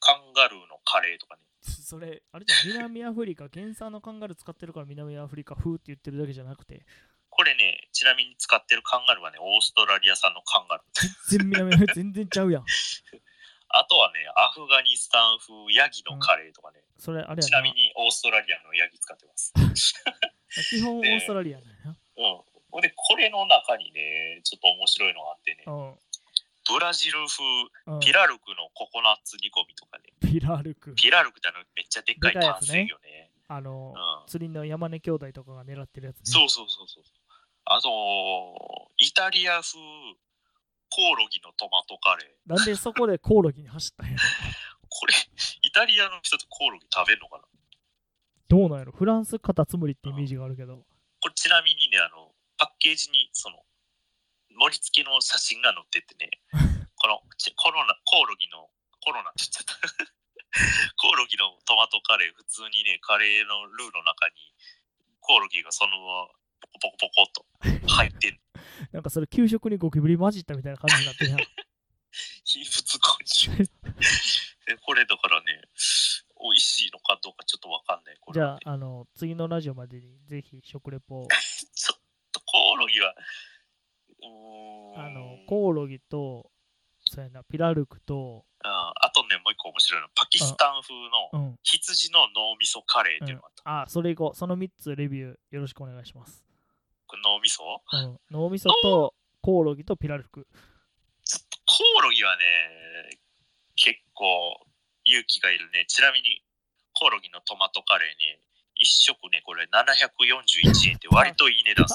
Speaker 2: カンガルーのカレーとかね、
Speaker 1: それあれじゃん南アフリカ原産のカンガルー使ってるから南アフリカ風って言ってるだけじゃなくて
Speaker 2: これね、ちなみに使ってるカンガルーはね、オーストラリア産のカンガルー。
Speaker 1: 全然南ア フリカ全然ちゃうやん
Speaker 2: あとはね、アフガニスタン風ヤギのカレーとかね、
Speaker 1: それあれ
Speaker 2: ち
Speaker 1: やな
Speaker 2: なみにオーストラリアのヤギ使ってます。
Speaker 1: 基本オーストラリアだよな
Speaker 2: うん。ほんで、これの中にね、ちょっと面白いのがあってね、
Speaker 1: う
Speaker 2: ブラジル風
Speaker 1: んうん
Speaker 2: ピラルクのココナッツ煮込みとかね、
Speaker 1: ピラルク
Speaker 2: ピラルクってあのめっちゃでっかい
Speaker 1: でかいや
Speaker 2: 淡
Speaker 1: つ
Speaker 2: 水
Speaker 1: ね
Speaker 2: 魚ね。
Speaker 1: あの
Speaker 2: うん。
Speaker 1: 釣りの山根兄弟とかが狙ってるやつね
Speaker 2: そうそうそうそう。あと、イタリア風コオロギのトマトカレー。
Speaker 1: なんでそこでコオロギに走ったんやろ
Speaker 2: これ、イタリアの人ってコオロギ食べるのかな
Speaker 1: どうなんやろフランスカタツムリってイメージがあるけど
Speaker 2: これちなみにねあのパッケージにその盛り付けの写真が載って てねこのちコロナコオロギのコロナって言っちゃった コオロギのトマトカレー普通にねカレーのルーの中にコオロギがそのままポコポコポコっと入って る
Speaker 1: なんかそれ給食にゴキブリ混じったみたいな感じになって るやん
Speaker 2: 非物混 入でこれだからね美味しいのかどうかちょっとわかんないこ
Speaker 1: じ
Speaker 2: れは
Speaker 1: ゃ
Speaker 2: ね、
Speaker 1: あ、あの、次のラジオまでにぜひ食レポを。
Speaker 2: ちょっとコオロギはうーん
Speaker 1: あのコオロギとそうやなピラルクと、
Speaker 2: うん、あとね、もう一個面白いの、パキスタン風
Speaker 1: う
Speaker 2: の
Speaker 1: ん
Speaker 2: 羊の脳みそカレーっていうのがあった。
Speaker 1: あそれ以降その3つレビューよろしくお願いします、
Speaker 2: これ脳みそ
Speaker 1: うん、脳みそとコオロギとピラルク
Speaker 2: コオロギはね、結構勇気がいるね。ちなみに、コオロギのトマトカレーね、一食ね、これ741円って割といい値段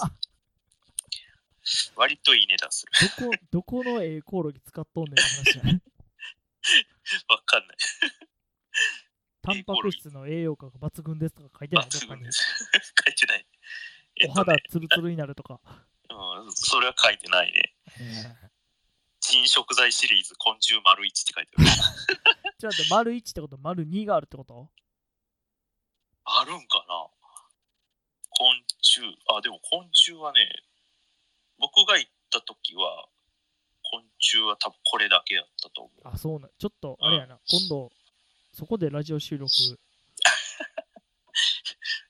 Speaker 2: する。割といい値段する。
Speaker 1: どこどこのええコオロギ使っとんねんって話や ね
Speaker 2: わかんない。
Speaker 1: タンパク質の栄養価が抜群ですとか書いてないどっか
Speaker 2: 抜群
Speaker 1: に
Speaker 2: です。 書いてない。え
Speaker 1: お
Speaker 2: っと
Speaker 1: 肌
Speaker 2: ね、
Speaker 1: ツルツルになると か、
Speaker 2: うん、それは書いてないね。新食材シリーズ昆虫丸一って書いてある。
Speaker 1: じゃあ丸1ってこと丸2があるってこと
Speaker 2: あるんかな昆虫、あ、でも昆虫はね、僕が行った時は、昆虫は多分これだけやったと思う。
Speaker 1: あそうなんちょっとあれやな今度そこでラジオ収録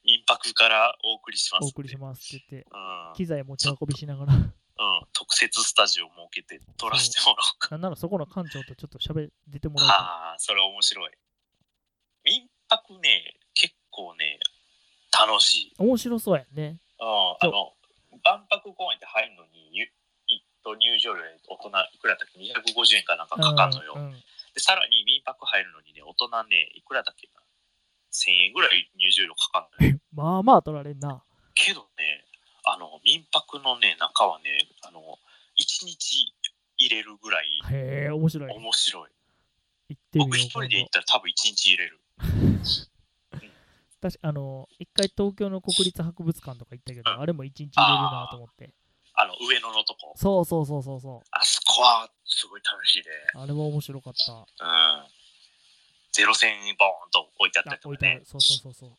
Speaker 2: 民泊からお送りしますん
Speaker 1: お
Speaker 2: で。
Speaker 1: 送りしますって言って
Speaker 2: うん。
Speaker 1: 機材持ち運びしながら
Speaker 2: うん、特設スタジオ設けて撮らせてもらおうか。
Speaker 1: なんならそこの館長とちょっと喋出てもらいた
Speaker 2: ああ、それ面白い。民泊ね、結構ね、楽しい。
Speaker 1: い面白そうやね
Speaker 2: うんあの、万博公園って入るのに、ゆ一等入場料で大人、いくらだっけ ?250 円かなんかかかんのよ。
Speaker 1: うんうん
Speaker 2: で、さらに民泊入るのにね、大人ね、いくらだっけな ?1000 円ぐらい入場料かかんのよ。
Speaker 1: まあまあ取られんな
Speaker 2: けどね、あの、民泊のね、中はね、あの、1日入れるぐらい
Speaker 1: へえ面白い
Speaker 2: 面白い。
Speaker 1: 行ってみよう
Speaker 2: 僕一人で行
Speaker 1: 今
Speaker 2: っ
Speaker 1: 度
Speaker 2: たら多分1日入れる。
Speaker 1: 確かあの一回東京の国立博物館とか行ったけど
Speaker 2: うん
Speaker 1: あれも一日入れるなと思って
Speaker 2: あの、上野のとこ。
Speaker 1: そうそうそうそうそ
Speaker 2: あそこは、すごい楽しいね。
Speaker 1: うあれは面白かった
Speaker 2: うん。ゼロ戦にボーンと置いてあった
Speaker 1: あ
Speaker 2: りと
Speaker 1: 置い
Speaker 2: か
Speaker 1: てあ
Speaker 2: ね
Speaker 1: る。そうそうそうそう
Speaker 2: うん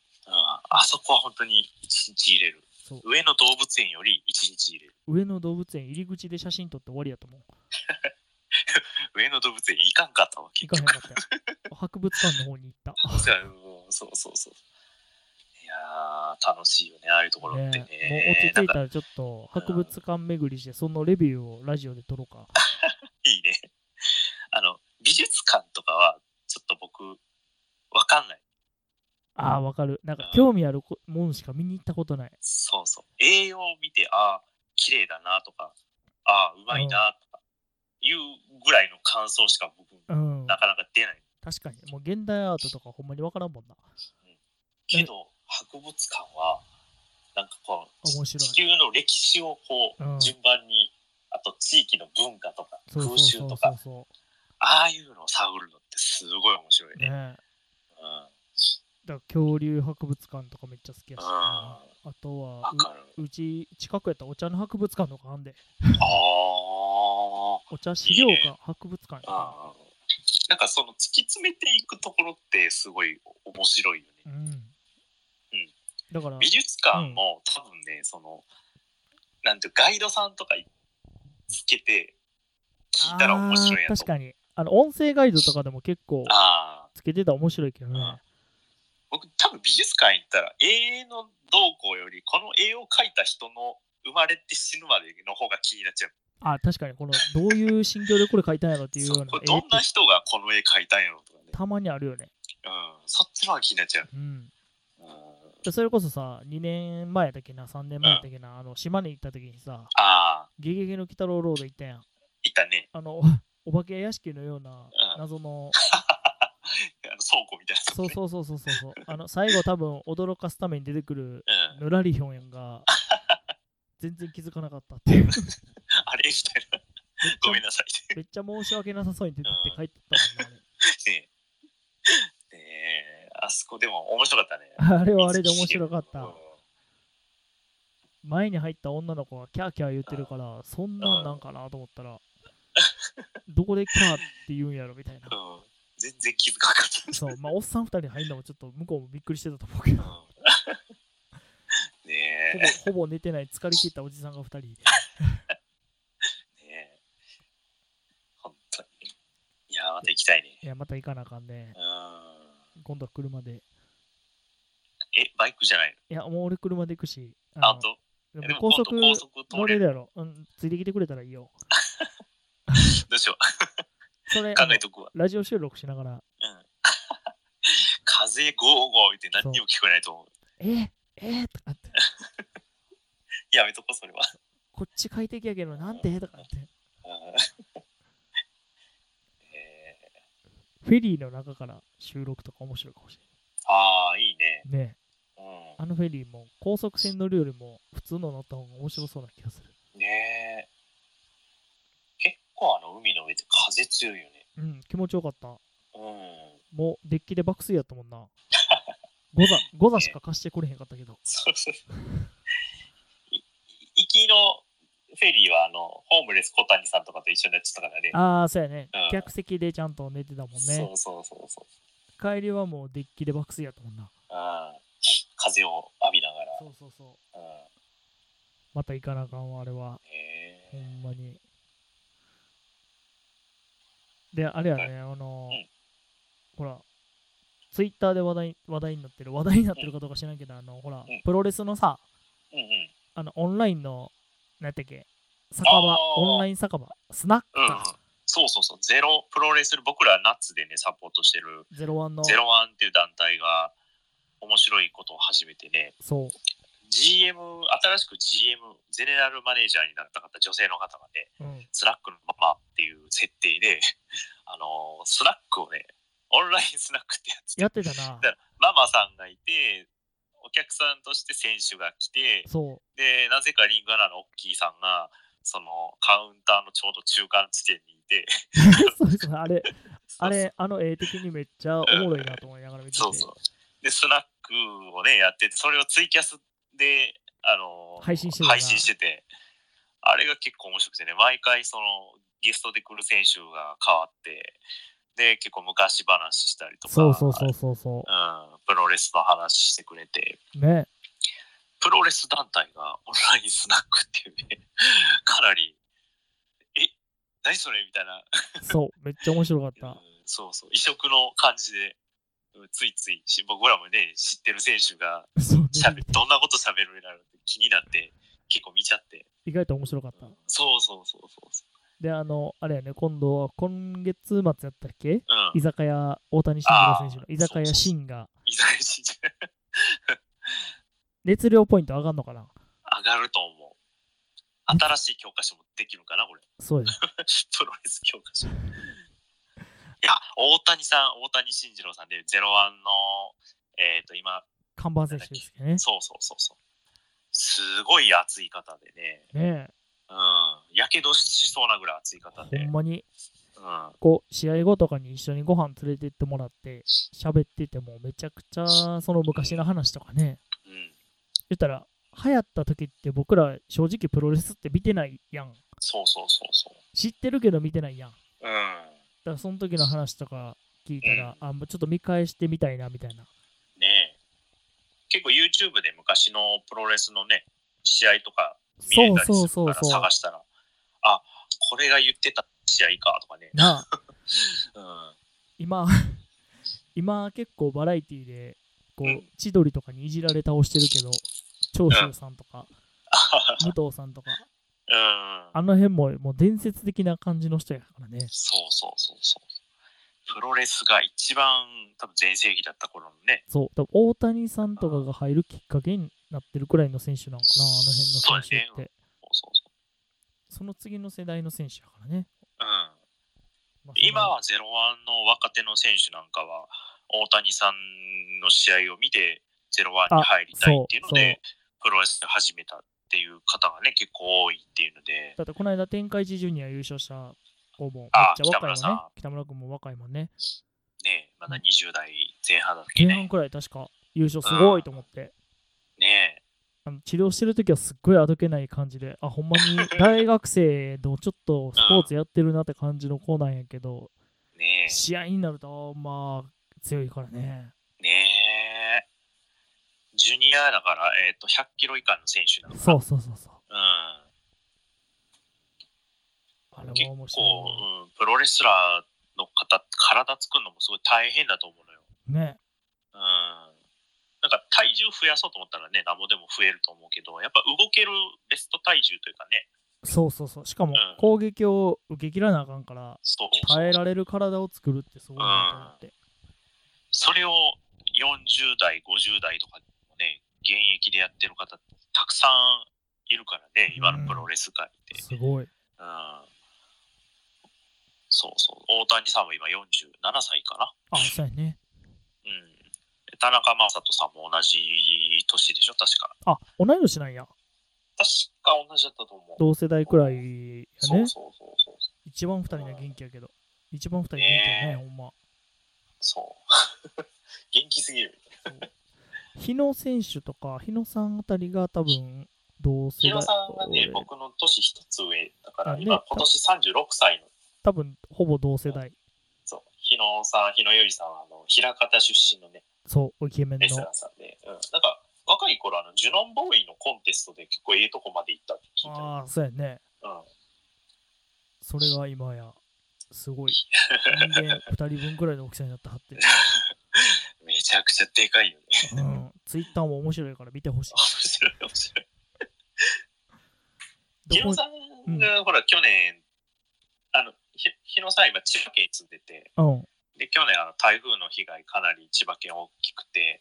Speaker 2: あそこは本当に一日入れる。
Speaker 1: そう
Speaker 2: 上野動物園より一日入れる。
Speaker 1: 上野動物園入り口で写真撮って終わりやと思う。
Speaker 2: 上野動物園行かんかったわ、結
Speaker 1: 行かへん
Speaker 2: 局。
Speaker 1: かったよ。 博物館の方に行った。
Speaker 2: そうそうそう。いやー、楽しいよね、ああいうところってね。
Speaker 1: ねえもう落ち着いた
Speaker 2: なんから
Speaker 1: ちょっと博物館巡りして、そのレビューをラジオで撮ろうか。
Speaker 2: いいね。 あの、美術館とかは、ちょっと僕、わかんない。
Speaker 1: ああ、わかる。なんか興味あるこもんしか見に行ったことない。
Speaker 2: そうそう。栄養を見て、ああ、綺麗だなとか、ああ、うまいなとか、いうぐらいの感想しか僕、
Speaker 1: うん。
Speaker 2: なかなか出ない。
Speaker 1: 確かに。もう現代アートとかほんまにわからんもんな。
Speaker 2: けど博物館はなんかこう
Speaker 1: 面白い
Speaker 2: 地球の歴史をこ
Speaker 1: うん
Speaker 2: う順番に、あと地域の文化とか
Speaker 1: そうそ
Speaker 2: 風
Speaker 1: う
Speaker 2: 習
Speaker 1: そう
Speaker 2: と
Speaker 1: そう
Speaker 2: か
Speaker 1: そ。
Speaker 2: ああいうのを探るのってすごい面白いうね。
Speaker 1: ねえ
Speaker 2: うん
Speaker 1: だから恐竜博物館とかめっちゃ好きやし、ね。あ
Speaker 2: わ
Speaker 1: とは
Speaker 2: かる。
Speaker 1: う、うち近くやったらお茶の博物館とかあんで、
Speaker 2: あー
Speaker 1: お茶資料
Speaker 2: いい
Speaker 1: 館、博物館やな
Speaker 2: あー。なんかその突き詰めていくところってすごい面白いよ
Speaker 1: う
Speaker 2: ね。
Speaker 1: ん。だから、
Speaker 2: 美術館も多分ね、そのなんていうガイドさんとかつけて聞いたら面白い
Speaker 1: あ
Speaker 2: や
Speaker 1: ー
Speaker 2: と
Speaker 1: 確
Speaker 2: 思う。
Speaker 1: かに。あの音声ガイドとかでも結構
Speaker 2: ああ。
Speaker 1: つけてたら面白いけどね。
Speaker 2: 僕多分美術館行ったら永遠の動向よりこの絵を描いた人の生まれて死ぬまでの方が気になっちゃう。
Speaker 1: あ確かに、このどういう心境でこれ書いたんやろっていうよ
Speaker 2: そうう
Speaker 1: な
Speaker 2: これ
Speaker 1: 絵っ
Speaker 2: どんな
Speaker 1: て
Speaker 2: 人がこの絵描いたんやろとかね。
Speaker 1: たまにあるよね。
Speaker 2: うん、そっちの方が気になっちゃう。
Speaker 1: うん。
Speaker 2: うん、
Speaker 1: でそれこそさ、2年前だっけな、3年前だっけな、あの島に行った時にさ、
Speaker 2: ああ、
Speaker 1: ゲゲゲの鬼太郎ロード行ったやん。
Speaker 2: いたね。
Speaker 1: あの、 お化け屋敷のような
Speaker 2: うん
Speaker 1: 謎の、
Speaker 2: あの倉庫みたいな、
Speaker 1: そうそうそうそうそうそう、あの最後多分驚かすために出てくる
Speaker 2: うん、
Speaker 1: ぬらりひょんやん が、全然気づかなかったっていう。めっち
Speaker 2: あれみたいな。
Speaker 1: ゃ
Speaker 2: ごめんなさい。
Speaker 1: めっちゃ申し訳なさそうに出てって帰ってったもんね
Speaker 2: ねえ、ねえあそこでも面白かったね。
Speaker 1: あれあれ はあれで面白かっ
Speaker 2: うん
Speaker 1: た。前に入った女の子がキャーキャー言ってるから、そんなんなんかなと思った ら、どこでキャーって言うんやろみたいな。
Speaker 2: うん全然気づかなかった。
Speaker 1: そう、まあ、おっさん2人に入るのもちょっと向こうもびっくりしてたと思うけど、ほ
Speaker 2: うんねえ。
Speaker 1: ぼほぼ寝てない、疲れ切ったおじさんが2人。
Speaker 2: ねえ。本当に。いやー、また行きたいね。
Speaker 1: いや、また行かなあかんね
Speaker 2: う。ん。
Speaker 1: 今度は車で。
Speaker 2: え、バイクじゃない
Speaker 1: いや、もう俺車で行くし、
Speaker 2: のあ
Speaker 1: の
Speaker 2: と、
Speaker 1: で
Speaker 2: で
Speaker 1: も
Speaker 2: も
Speaker 1: 高
Speaker 2: 高
Speaker 1: 速
Speaker 2: 速高速通
Speaker 1: 乗れ
Speaker 2: れ
Speaker 1: る
Speaker 2: る。
Speaker 1: やろ。うん、ついてきてくれたらいいよ。
Speaker 2: どうしよう。
Speaker 1: それ、
Speaker 2: 考えとくわ。
Speaker 1: ラジオ収録しながら、
Speaker 2: 風ゴーゴー言って何にも聞こえないと思う。
Speaker 1: ええとかって、
Speaker 2: やめとこ、それは。
Speaker 1: こっち快適やけど、なんてとかって。
Speaker 2: うん えー
Speaker 1: フェリーの中から収録とか面白いかもし
Speaker 2: ああ、いいね。
Speaker 1: れない。ねえ
Speaker 2: う
Speaker 1: あのフェリーも高速船乗るよりも普通の乗った方が面白そうな気がする。
Speaker 2: ん。ねえ。結構あの海の上って風強いよね。
Speaker 1: うん、気持ちよかった。
Speaker 2: うん。
Speaker 1: もうデッキで爆睡やったもん な。ゴザ、ゴザしか貸してくれへんかったけど。
Speaker 2: そうそう。 い行きのフェリーはあのホームレス小谷さんとかと一緒になっちゃったからね。
Speaker 1: ああ、そうやね
Speaker 2: うん。
Speaker 1: 客席でちゃんと寝てたもんね
Speaker 2: そ。うそうそうそう。
Speaker 1: 帰りはもうデッキで爆睡やったもんな。
Speaker 2: うん、風を浴びながら。
Speaker 1: そうそうそう。
Speaker 2: うん
Speaker 1: また行かなあかんわ、あれは。
Speaker 2: へ
Speaker 1: ほ
Speaker 2: え
Speaker 1: んまに。で、あれやね、あのー
Speaker 2: うん
Speaker 1: ほら、ツイッターで話題話題になってる、話題になってるかどうか知らんけど、あの、ほら
Speaker 2: うん、
Speaker 1: プロレスのさ、
Speaker 2: うんうん。
Speaker 1: あの、オンラインの、なんやったっけ、酒場
Speaker 2: あー、
Speaker 1: オンライン酒場、スナック
Speaker 2: うんうん
Speaker 1: か、
Speaker 2: そうそうそう。ゼロプロレスル、僕らナッツでね、サポートしてる
Speaker 1: ゼロワンの、
Speaker 2: ゼロワンっていう団体が面白いことを始めてね、
Speaker 1: そう、
Speaker 2: GM、新しく GM、ゼネラルマネージャーになった方、女性の方がね、
Speaker 1: うん、
Speaker 2: スラックのままっていう設定で、 あのースラックをね、オンラインスナックってやつで
Speaker 1: やってたな
Speaker 2: だか、らママさんがいて、お客さんとして選手が来て、
Speaker 1: そ
Speaker 2: で、なぜかリングアナのオッキーさんが、そのカウンターのちょうど中間地点にいて、
Speaker 1: う、そうですね、あれ、あれ、あの絵的にめっちゃおもろいなと思いながら見てて
Speaker 2: そう、そう。で、スナックをね、やってて、それをツイキャスで、あのー
Speaker 1: 配信してたな
Speaker 2: 配信してて、あれが結構面白くてね、毎回そのゲストで来る選手が変わって、で、結構昔話したりとか、
Speaker 1: そうそうそうそうそ
Speaker 2: うん、プロレスの話してくれて、
Speaker 1: う、ね、
Speaker 2: プロレス団体がオンラインスナックっていうね、 かなり、え、何それみたいな、
Speaker 1: そう、めっちゃ面白かっ
Speaker 2: う
Speaker 1: た
Speaker 2: ん。そうそう、異色の感じで、うんついついし、僕らもね、知ってる選手が
Speaker 1: そうね
Speaker 2: しゃべ、どんなこと喋るようになるって気になって、結構見ちゃって、
Speaker 1: 意外と面白かっ
Speaker 2: う
Speaker 1: た
Speaker 2: ん。そうそうそうそうそ
Speaker 1: で、あの、あれやね、今度は今月末やったっけ
Speaker 2: う、う
Speaker 1: 居
Speaker 2: ん、
Speaker 1: 酒屋、大谷慎郎選手の
Speaker 2: あー
Speaker 1: 居酒
Speaker 2: そ
Speaker 1: 屋
Speaker 2: うそう
Speaker 1: シンが
Speaker 2: いざしんちゃん
Speaker 1: 熱量ポイント上がるのかな
Speaker 2: 上がると思う。新しい教科書もできるかな、これ。
Speaker 1: そうです。
Speaker 2: プロレス教科書。いや、大谷さん、大谷慎二郎さんで、ゼロワンの、えっ、と、今、
Speaker 1: 看板選手です けどね。
Speaker 2: そうそうそうそう。すごい熱い方でね、
Speaker 1: ね
Speaker 2: うん、やけどしそうなぐらい熱い方
Speaker 1: え、
Speaker 2: で、
Speaker 1: ほ
Speaker 2: うんん、
Speaker 1: まに、こう、試合後とかに一緒にご飯連れてってもらって、喋ってても、めちゃくちゃ、その昔の話とかね、
Speaker 2: うん、
Speaker 1: 言ったら、流行った時って僕ら正直プロレスって見てないやん。
Speaker 2: そうそうそうそ
Speaker 1: 知ってるけど見てないやん。だ
Speaker 2: う。うん、
Speaker 1: からその時の話とか聞いたら、あ、もうちょっと見返してみたいな、みたいな。
Speaker 2: ねえ結構 YouTube で昔のプロレスのね、試合とか見
Speaker 1: そ
Speaker 2: れ
Speaker 1: う
Speaker 2: たりするから
Speaker 1: そうそうそう。
Speaker 2: 探したら、あ、これが言ってた試合かとかね、
Speaker 1: なあ、
Speaker 2: うん、
Speaker 1: 今、 今結構バラエティで、こ
Speaker 2: うん
Speaker 1: う、千鳥とかにいじられ倒してるけど、長州さんとか、武藤さんとか、
Speaker 2: うん。
Speaker 1: あの辺ももう伝説的な感じの人やからね。
Speaker 2: そうそうそうそう。プロレスが一番多分全盛期だった頃のね。
Speaker 1: そう、多分大谷さんとかが入るきっかけになってるくらいの選手なのかな、あの辺の選手っ
Speaker 2: そう
Speaker 1: て。
Speaker 2: そうそうそ
Speaker 1: その次の世代の選手やからね。
Speaker 2: う。うん。
Speaker 1: まあその
Speaker 2: 今はゼロワンの若手の選手なんかは、大谷さんの試合を見て、ゼロワンに入りたいっていうの
Speaker 1: あそう
Speaker 2: で、プロレスで始めたっていう方がね、結構多いっていうので、
Speaker 1: だってこの間、天下一ジュニア優勝した子も、めっ
Speaker 2: あ
Speaker 1: ちゃ若い
Speaker 2: 北
Speaker 1: もん
Speaker 2: 村
Speaker 1: ね
Speaker 2: さ。
Speaker 1: 北村君も若いもんね。
Speaker 2: ね、まだ20代前半だっけ
Speaker 1: 前半
Speaker 2: ね。
Speaker 1: くらい確か優勝すごいと思って。
Speaker 2: ね
Speaker 1: あの治療してる時はすっごいあどけない感じで、あ、ほんまに大学生のちょっとスポーツやってるなって感じの子なんやけ ど、
Speaker 2: ね
Speaker 1: 試合になると、まあ、強いからね。
Speaker 2: ねジュニアだから、えっ、と、100キロ以下の選手なのかな。
Speaker 1: そうそうそうそう。
Speaker 2: うん。
Speaker 1: あれ
Speaker 2: 結
Speaker 1: は
Speaker 2: 構
Speaker 1: 面白、
Speaker 2: うん、プロレスラーの方体作るのもすごい大変だと思うのよ。
Speaker 1: いな。ね。
Speaker 2: うん、なんか体重増やそうと思ったらね何ぼでも増えると思うけどやっぱ動けるベスト体重というかね
Speaker 1: そうそうそう。しかも
Speaker 2: うん
Speaker 1: 攻撃を受け切らなあかんから、
Speaker 2: そう
Speaker 1: 耐えられる体を作るってすごいなと思って。
Speaker 2: それを40代50代とかでもね現役でやってる方たくさんいるからね今のプロレス界って、
Speaker 1: すごい。
Speaker 2: うんそうそう大谷さんも今47歳かな
Speaker 1: あ、そうやね。
Speaker 2: うん田中将人さんも同じ年でしょ確か
Speaker 1: あ、同い年なんや。
Speaker 2: 確か同じだったと思う
Speaker 1: 同世代くらいや
Speaker 2: そ
Speaker 1: ね
Speaker 2: う。そうそうそう
Speaker 1: 一番二人が元気やけど。一番二人元気やね、ほんま。
Speaker 2: そう 元気すぎる
Speaker 1: 日野選手とか、日野さんあたりが多分同世代。
Speaker 2: ヒロさんがね
Speaker 1: 俺
Speaker 2: 僕の年一つ上だから
Speaker 1: あね
Speaker 2: 今今年36歳の
Speaker 1: 多分ほぼ同世代。
Speaker 2: そう、日野さん、日野由里さんはあの、枚方出身のね、
Speaker 1: そう、イケメン
Speaker 2: レス
Speaker 1: の
Speaker 2: ラー。さんで、うん、なんか、若い頃、あの、ジュノンボーイのコンテストで結構ええとこまで行ったって聞いたよ。
Speaker 1: ああ、そうやね。
Speaker 2: うん、
Speaker 1: それが今や、すご い。人間2人分くらいの大きさになったはって。
Speaker 2: めちゃくちゃでかいよね。
Speaker 1: うん。ツイッターも面白いから見てほしい
Speaker 2: 面。白い、面白い。
Speaker 1: ど
Speaker 2: 日
Speaker 1: こ
Speaker 2: 野さんが、ほら、去年、あの、ひ日野さん今、千葉県に住んでて、
Speaker 1: うん。
Speaker 2: で、去年、あの、台風の被害かなり千葉県大きくて、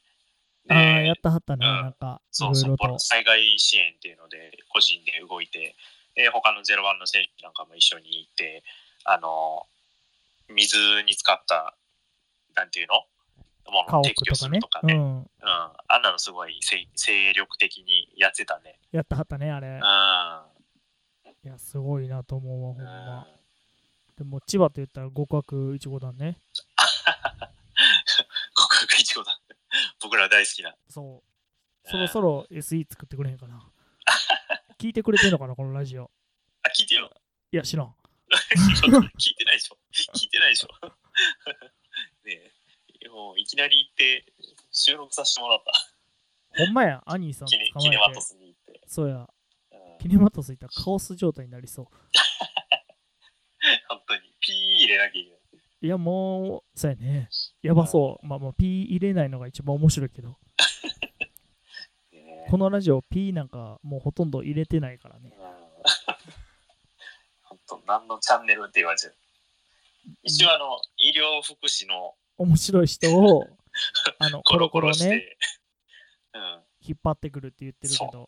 Speaker 1: ああ、や
Speaker 2: で
Speaker 1: っ、たはったね。
Speaker 2: うん
Speaker 1: なんか、い
Speaker 2: そ
Speaker 1: ろ
Speaker 2: う
Speaker 1: い
Speaker 2: そ
Speaker 1: ろ
Speaker 2: う
Speaker 1: と。
Speaker 2: 災害支援っていうので個人で動いてで他のゼロワンの選手なんかも一緒に行ってあの水に使ったなんていうのもの
Speaker 1: 家屋
Speaker 2: を撤去
Speaker 1: と
Speaker 2: す
Speaker 1: か
Speaker 2: る
Speaker 1: ね
Speaker 2: とか。
Speaker 1: う
Speaker 2: ね
Speaker 1: ん。
Speaker 2: うん、あんなのすごい精精力的にやってたね
Speaker 1: やったはったね、あれ
Speaker 2: う。ん
Speaker 1: いや、すごいなと思うわ、ほん
Speaker 2: うん
Speaker 1: ま。でも、千葉と言ったら極悪いちごだね。
Speaker 2: 告白いちごだ 僕ら大好きな
Speaker 1: そう。そろそろ SE 作ってくれへんかな。 聞いてくれてんのかな、このラジオ。
Speaker 2: あ聞いてよ
Speaker 1: いや、知らん。
Speaker 2: 聞いてないでしょ聞いてないでしょ ねえもういきなり行って収録させてもらった
Speaker 1: ほんまや、アニーさん
Speaker 2: キネ
Speaker 1: 捕
Speaker 2: キネ
Speaker 1: ま
Speaker 2: マ
Speaker 1: え
Speaker 2: ト
Speaker 1: て。
Speaker 2: スに行って。
Speaker 1: そうや、
Speaker 2: うん
Speaker 1: キネマトスいったらカオス状態になりそ
Speaker 2: 本当に。ピー入れなきゃいけない。
Speaker 1: う。いや、もう、そうやね。やばそう。まあまあ、P 入れないのが一番面白いけど、
Speaker 2: ね
Speaker 1: このラジオ P なんかもうほとんど入れてないからね
Speaker 2: うん。 本当、何のチャンネルって言われてる。一応、あの、医療福祉の
Speaker 1: 面白い人を、あの、コ
Speaker 2: コ
Speaker 1: ロ
Speaker 2: ロ
Speaker 1: コ
Speaker 2: コ
Speaker 1: ロ
Speaker 2: ロして、
Speaker 1: ね、引っ張ってくるって言ってるけど、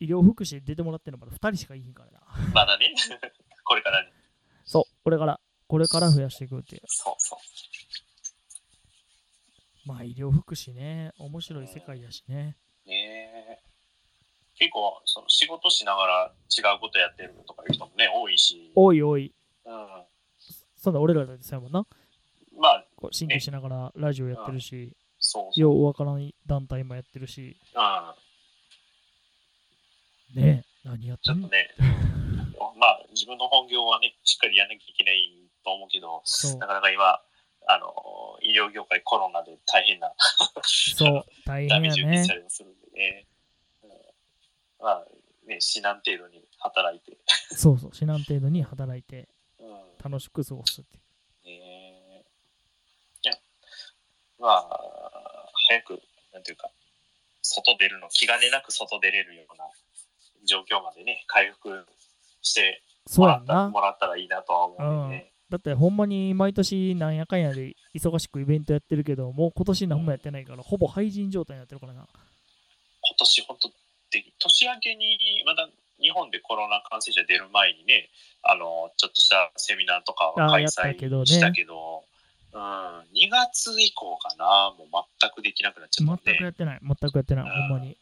Speaker 1: 医療福祉に出てもらってるのまだ2人しかいいんから な。
Speaker 2: うん、まだね、これからね、
Speaker 1: そう、これから、これから増やしていくっていう。
Speaker 2: そうそう。
Speaker 1: まあ、医療福祉ね、面白い世界やしね。
Speaker 2: ねえ結構、その仕事しながら違うことやってるとかいう人もね、多いし、
Speaker 1: おいおい、
Speaker 2: うん、
Speaker 1: そんな俺らだってそうやもんな。
Speaker 2: まあ、
Speaker 1: こう進級しながらラジオやってるし、
Speaker 2: そうそう、
Speaker 1: ようわからん団体もやってるし、
Speaker 2: うん、
Speaker 1: ねえ、何やっ
Speaker 2: ち
Speaker 1: て
Speaker 2: ょっ
Speaker 1: ん
Speaker 2: と
Speaker 1: の
Speaker 2: ね、まあ、自分の本業はね、しっかりやらなきゃいけないと思うけど、
Speaker 1: そう
Speaker 2: なかなか今、あの医療業界コロナで大変な
Speaker 1: そう、大
Speaker 2: ダ
Speaker 1: 変
Speaker 2: メー
Speaker 1: や
Speaker 2: ジを受け
Speaker 1: ね
Speaker 2: た。りもするんでね、うんまあね、死なん程度に働いて、
Speaker 1: そうそう、死なん程度に働いて、
Speaker 2: うん
Speaker 1: 楽しく過ごすっていう。
Speaker 2: ねいやまあ、早く、なんていうか、外出るの、気兼ねなく外出れるような状況までね、回復して
Speaker 1: そ
Speaker 2: も
Speaker 1: う
Speaker 2: ら
Speaker 1: や
Speaker 2: っ
Speaker 1: ん
Speaker 2: た
Speaker 1: な
Speaker 2: も。らったらいいなとは思うんでね。
Speaker 1: だってほんまに毎年なんやかんやで忙しくイベントやってるけど、もう今年何もやってないから、ほぼ廃人状態になってるからな。
Speaker 2: 今年本当で年明けにまだ日本でコロナ感染者出る前にねあのちょっとしたセミナーとかを
Speaker 1: あー
Speaker 2: 開
Speaker 1: やった
Speaker 2: 催
Speaker 1: けどね
Speaker 2: したけどうん、2月以降かなもう全くできなくなっちゃったん
Speaker 1: 全くや
Speaker 2: で
Speaker 1: ってない、全くやってない、ほんまに。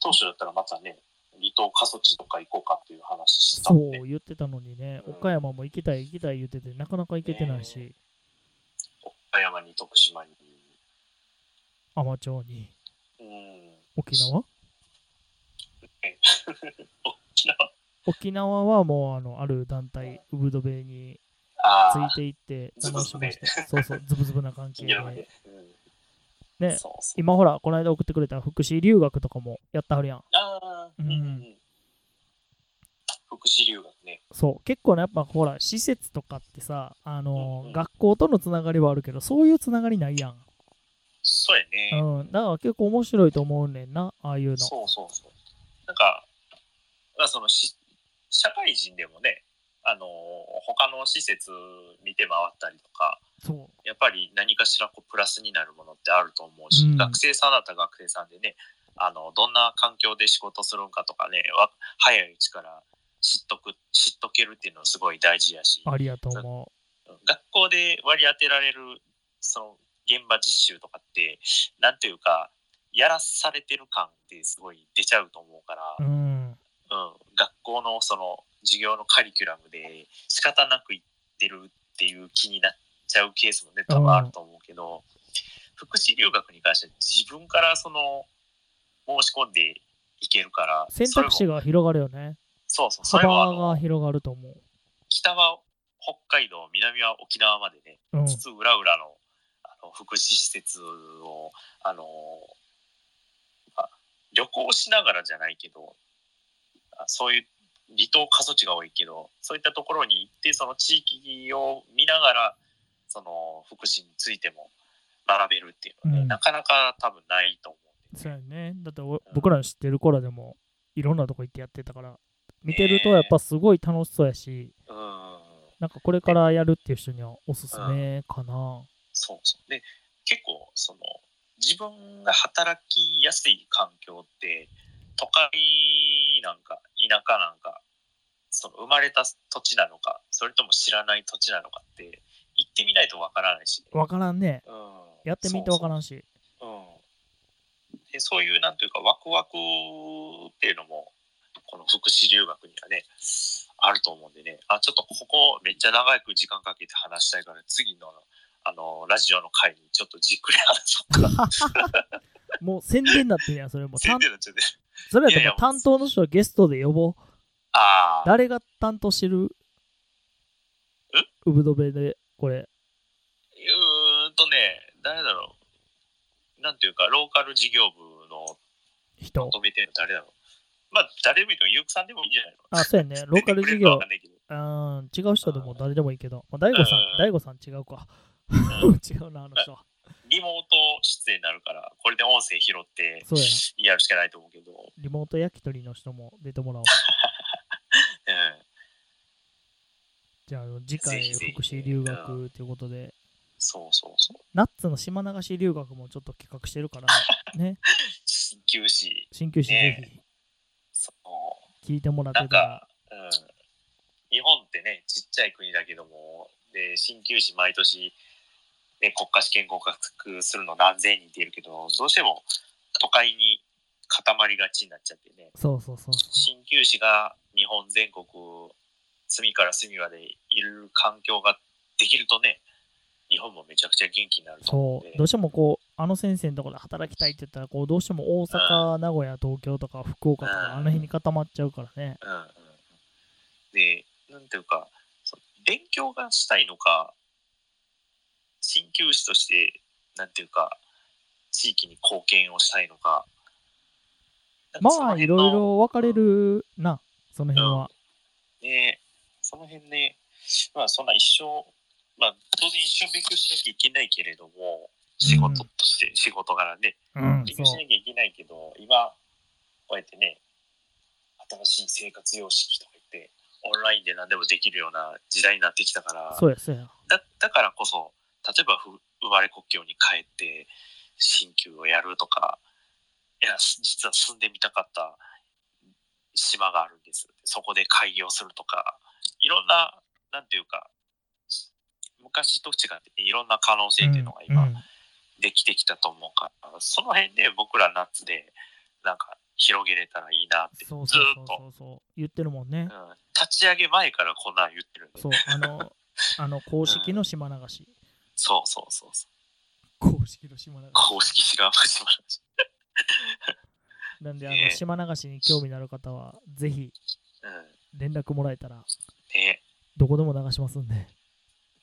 Speaker 2: 当初だったらまたね離島過疎地とか行こうかっていう話した
Speaker 1: そ
Speaker 2: んで
Speaker 1: う言ってたのにね、
Speaker 2: うん
Speaker 1: 岡山も行きたい行きたい言ってて、なかなか行けてないし、
Speaker 2: 岡山に徳島に、
Speaker 1: 海士町に、
Speaker 2: うん、
Speaker 1: 沖縄
Speaker 2: 沖縄
Speaker 1: 沖縄はもうあのある団体、ウブドベにつ
Speaker 2: あ
Speaker 1: い
Speaker 2: あ
Speaker 1: ていって
Speaker 2: ズブ
Speaker 1: 楽し
Speaker 2: ズブ
Speaker 1: まして、そうそう、ズブズブな関係
Speaker 2: 金
Speaker 1: で
Speaker 2: 曜。まで、うん、
Speaker 1: ね、
Speaker 2: そうそう
Speaker 1: 今ほら、この間送ってくれた福祉留学とかもやったはるやん。
Speaker 2: ああ、
Speaker 1: うん
Speaker 2: 福祉留学ね
Speaker 1: そう、結構ね、やっぱほら、施設とかってさ、あの
Speaker 2: うんうん
Speaker 1: 学校とのつながりはあるけど、そういうつながりないやん。
Speaker 2: そうやね、
Speaker 1: うん、だから結構面白いと思うねんな、ああいうの。
Speaker 2: そうそうそう。なんか、まあ、そのし社会人でもね、あのー他の施設見て回ったりとか、
Speaker 1: そ
Speaker 2: やっぱり何かしらこうプラスになるものってあると思うし、
Speaker 1: うん
Speaker 2: 学生さんだったら学生さんでねあのどんな環境で仕事するんかとかねわ早いうちから知っとく知っとけるっていうのはすごい大事やし
Speaker 1: う。ありやと思
Speaker 2: 学校で割り当てられるその現場実習とかってなんていうかやらされてる感ってすごい出ちゃうと思うから。
Speaker 1: う。うん。
Speaker 2: うん、学校のその授業のカリキュラムで仕方なく行ってるっていう気になっちゃうケースもね多分あると思うけど、福祉留学に関しては自分からその申し込んでいけるから
Speaker 1: 選択肢
Speaker 2: が
Speaker 1: が広がるよね。
Speaker 2: そうそうそれ
Speaker 1: 幅
Speaker 2: はあ
Speaker 1: が
Speaker 2: の
Speaker 1: 広がると思う。
Speaker 2: 北は北海道南は沖縄までね
Speaker 1: うん。
Speaker 2: 津々浦々のあの福祉施設をあの、まあ旅行しながらじゃないけどあそういう離島過疎地が多いけどそういったところに行ってその地域を見ながらその福祉についても学べるっていうのはね、
Speaker 1: うん
Speaker 2: なかなか多分ないと思うんで
Speaker 1: そうやね。だってお僕らの知ってる頃でもいろんなとこ行ってやってたから、見てるとやっぱすごい楽しそうやし、
Speaker 2: うん
Speaker 1: なんかこれからやるっていう人にはおすすめかな。
Speaker 2: そうそうで結構その自分が働きやすい環境って都会なんか田舎なんかその生まれた土地なのかそれとも知らない土地なのかって行ってみないとわからないしね、
Speaker 1: わからんね。
Speaker 2: うん、
Speaker 1: やってみてわからんし。
Speaker 2: そうそう,、うん、でそういうなんというかワクワクっていうのもこの福祉留学にはねあると思うんでねあちょっとここめっちゃ長く時間かけて話したいから次のあのラジオの回にちょっとじっくり話そうかな
Speaker 1: もう宣伝になってるやん、それも。
Speaker 2: 宣
Speaker 1: 担
Speaker 2: 伝になっちゃ って
Speaker 1: それやっ
Speaker 2: い
Speaker 1: た
Speaker 2: やい
Speaker 1: ら
Speaker 2: や
Speaker 1: 担当の人をゲストで呼ぼう。
Speaker 2: ああ
Speaker 1: 誰が担当してるうぶどべで、これ。
Speaker 2: うーんとね誰だろうなんていうかローカル事業部の
Speaker 1: 人
Speaker 2: ま。とめてるの誰だろうまあ誰でもいいのゆうくさんでもいいんじゃないの
Speaker 1: あ、そうや ね。ローカル事
Speaker 2: 出てくれるかわ
Speaker 1: 業
Speaker 2: かん。ないけど
Speaker 1: うん、違う人でも誰でもいいけど。まあ、大悟さん
Speaker 2: うん、
Speaker 1: 大悟さん違うか。 違うな、あの人は。
Speaker 2: リモート出演になるから、これで音声拾って
Speaker 1: そうや
Speaker 2: やるしかないと思うけど、うん、
Speaker 1: リモート焼き鳥の人も出てもらおう。じゃあ、次回、
Speaker 2: ぜひぜひ
Speaker 1: 福祉留学ということで、
Speaker 2: そうそうそう。
Speaker 1: ナッツの島流し留学もちょっと企画してるから、 ね、
Speaker 2: 鍼灸師、
Speaker 1: 鍼灸師ぜ
Speaker 2: その、
Speaker 1: ひ聞いてもらっ
Speaker 2: な
Speaker 1: て
Speaker 2: ん
Speaker 1: たら
Speaker 2: か、、うん、日本ってね、ちっちゃい国だけども、で、鍼灸師毎年、ね、国家試験合格するの何千人っているけど、どうしても都会に固まりがちになっちゃってね、
Speaker 1: そうそうそうそ
Speaker 2: 鍼灸師が日本全国隅から隅までいる環境ができるとね日本もめちゃくちゃ元気になる
Speaker 1: う。
Speaker 2: と思う
Speaker 1: そ
Speaker 2: ん
Speaker 1: う、
Speaker 2: で
Speaker 1: どうしてもこう、あの先生のところで働きたいって言ったら、こう、どうしても大阪、名古屋、東京とか福岡と
Speaker 2: うん
Speaker 1: か、あの辺に固まっちゃうからね。
Speaker 2: うんうん、でなんていうかその勉強がしたいのか鍼灸師としてなんていうか地域に貢献をしたいのかなんかその
Speaker 1: まあ、い
Speaker 2: 辺の
Speaker 1: ろいろ分かれるな、その辺は。
Speaker 2: ねその辺ね、まあそんな一生、まあ当然一生勉強しなきゃいけないけれども、仕事として、仕事柄ね、
Speaker 1: うん、
Speaker 2: 勉
Speaker 1: そ
Speaker 2: 強しな
Speaker 1: う。
Speaker 2: きゃいけないけど、今、こうやってね、新しい生活様式とか言って、オンラインで何でもできるような時代になってきたから、
Speaker 1: そうや、そうや。
Speaker 2: だだからこそ、例えばふ生まれ故郷に帰って、鍼灸をやるとか、いや、す実は住んでみたかった島があるんです。そこで開業するとか、いろんな、なんていうか、昔と違って、いろんな可能性っていうのが
Speaker 1: う
Speaker 2: 今
Speaker 1: ん、
Speaker 2: できてきたと思うから、その辺で僕らナッツで、なんか広げれたらいいなって、ず
Speaker 1: そ
Speaker 2: ー
Speaker 1: う
Speaker 2: っ
Speaker 1: そうそう
Speaker 2: と、
Speaker 1: そうそう。言ってるもんね。
Speaker 2: うん立ち上げ前からこんなん言ってるんで、
Speaker 1: そう、あ の、あの公式の島流し。
Speaker 2: そうそうそうそう。
Speaker 1: 公式の島流し。
Speaker 2: 公式知らん始まるし。
Speaker 1: なんで、あ
Speaker 2: ね
Speaker 1: の、
Speaker 2: え
Speaker 1: 島流しに興味のある方は、ぜひ
Speaker 2: うん
Speaker 1: 連絡もらえたら、
Speaker 2: ね
Speaker 1: どこでも流しますんで。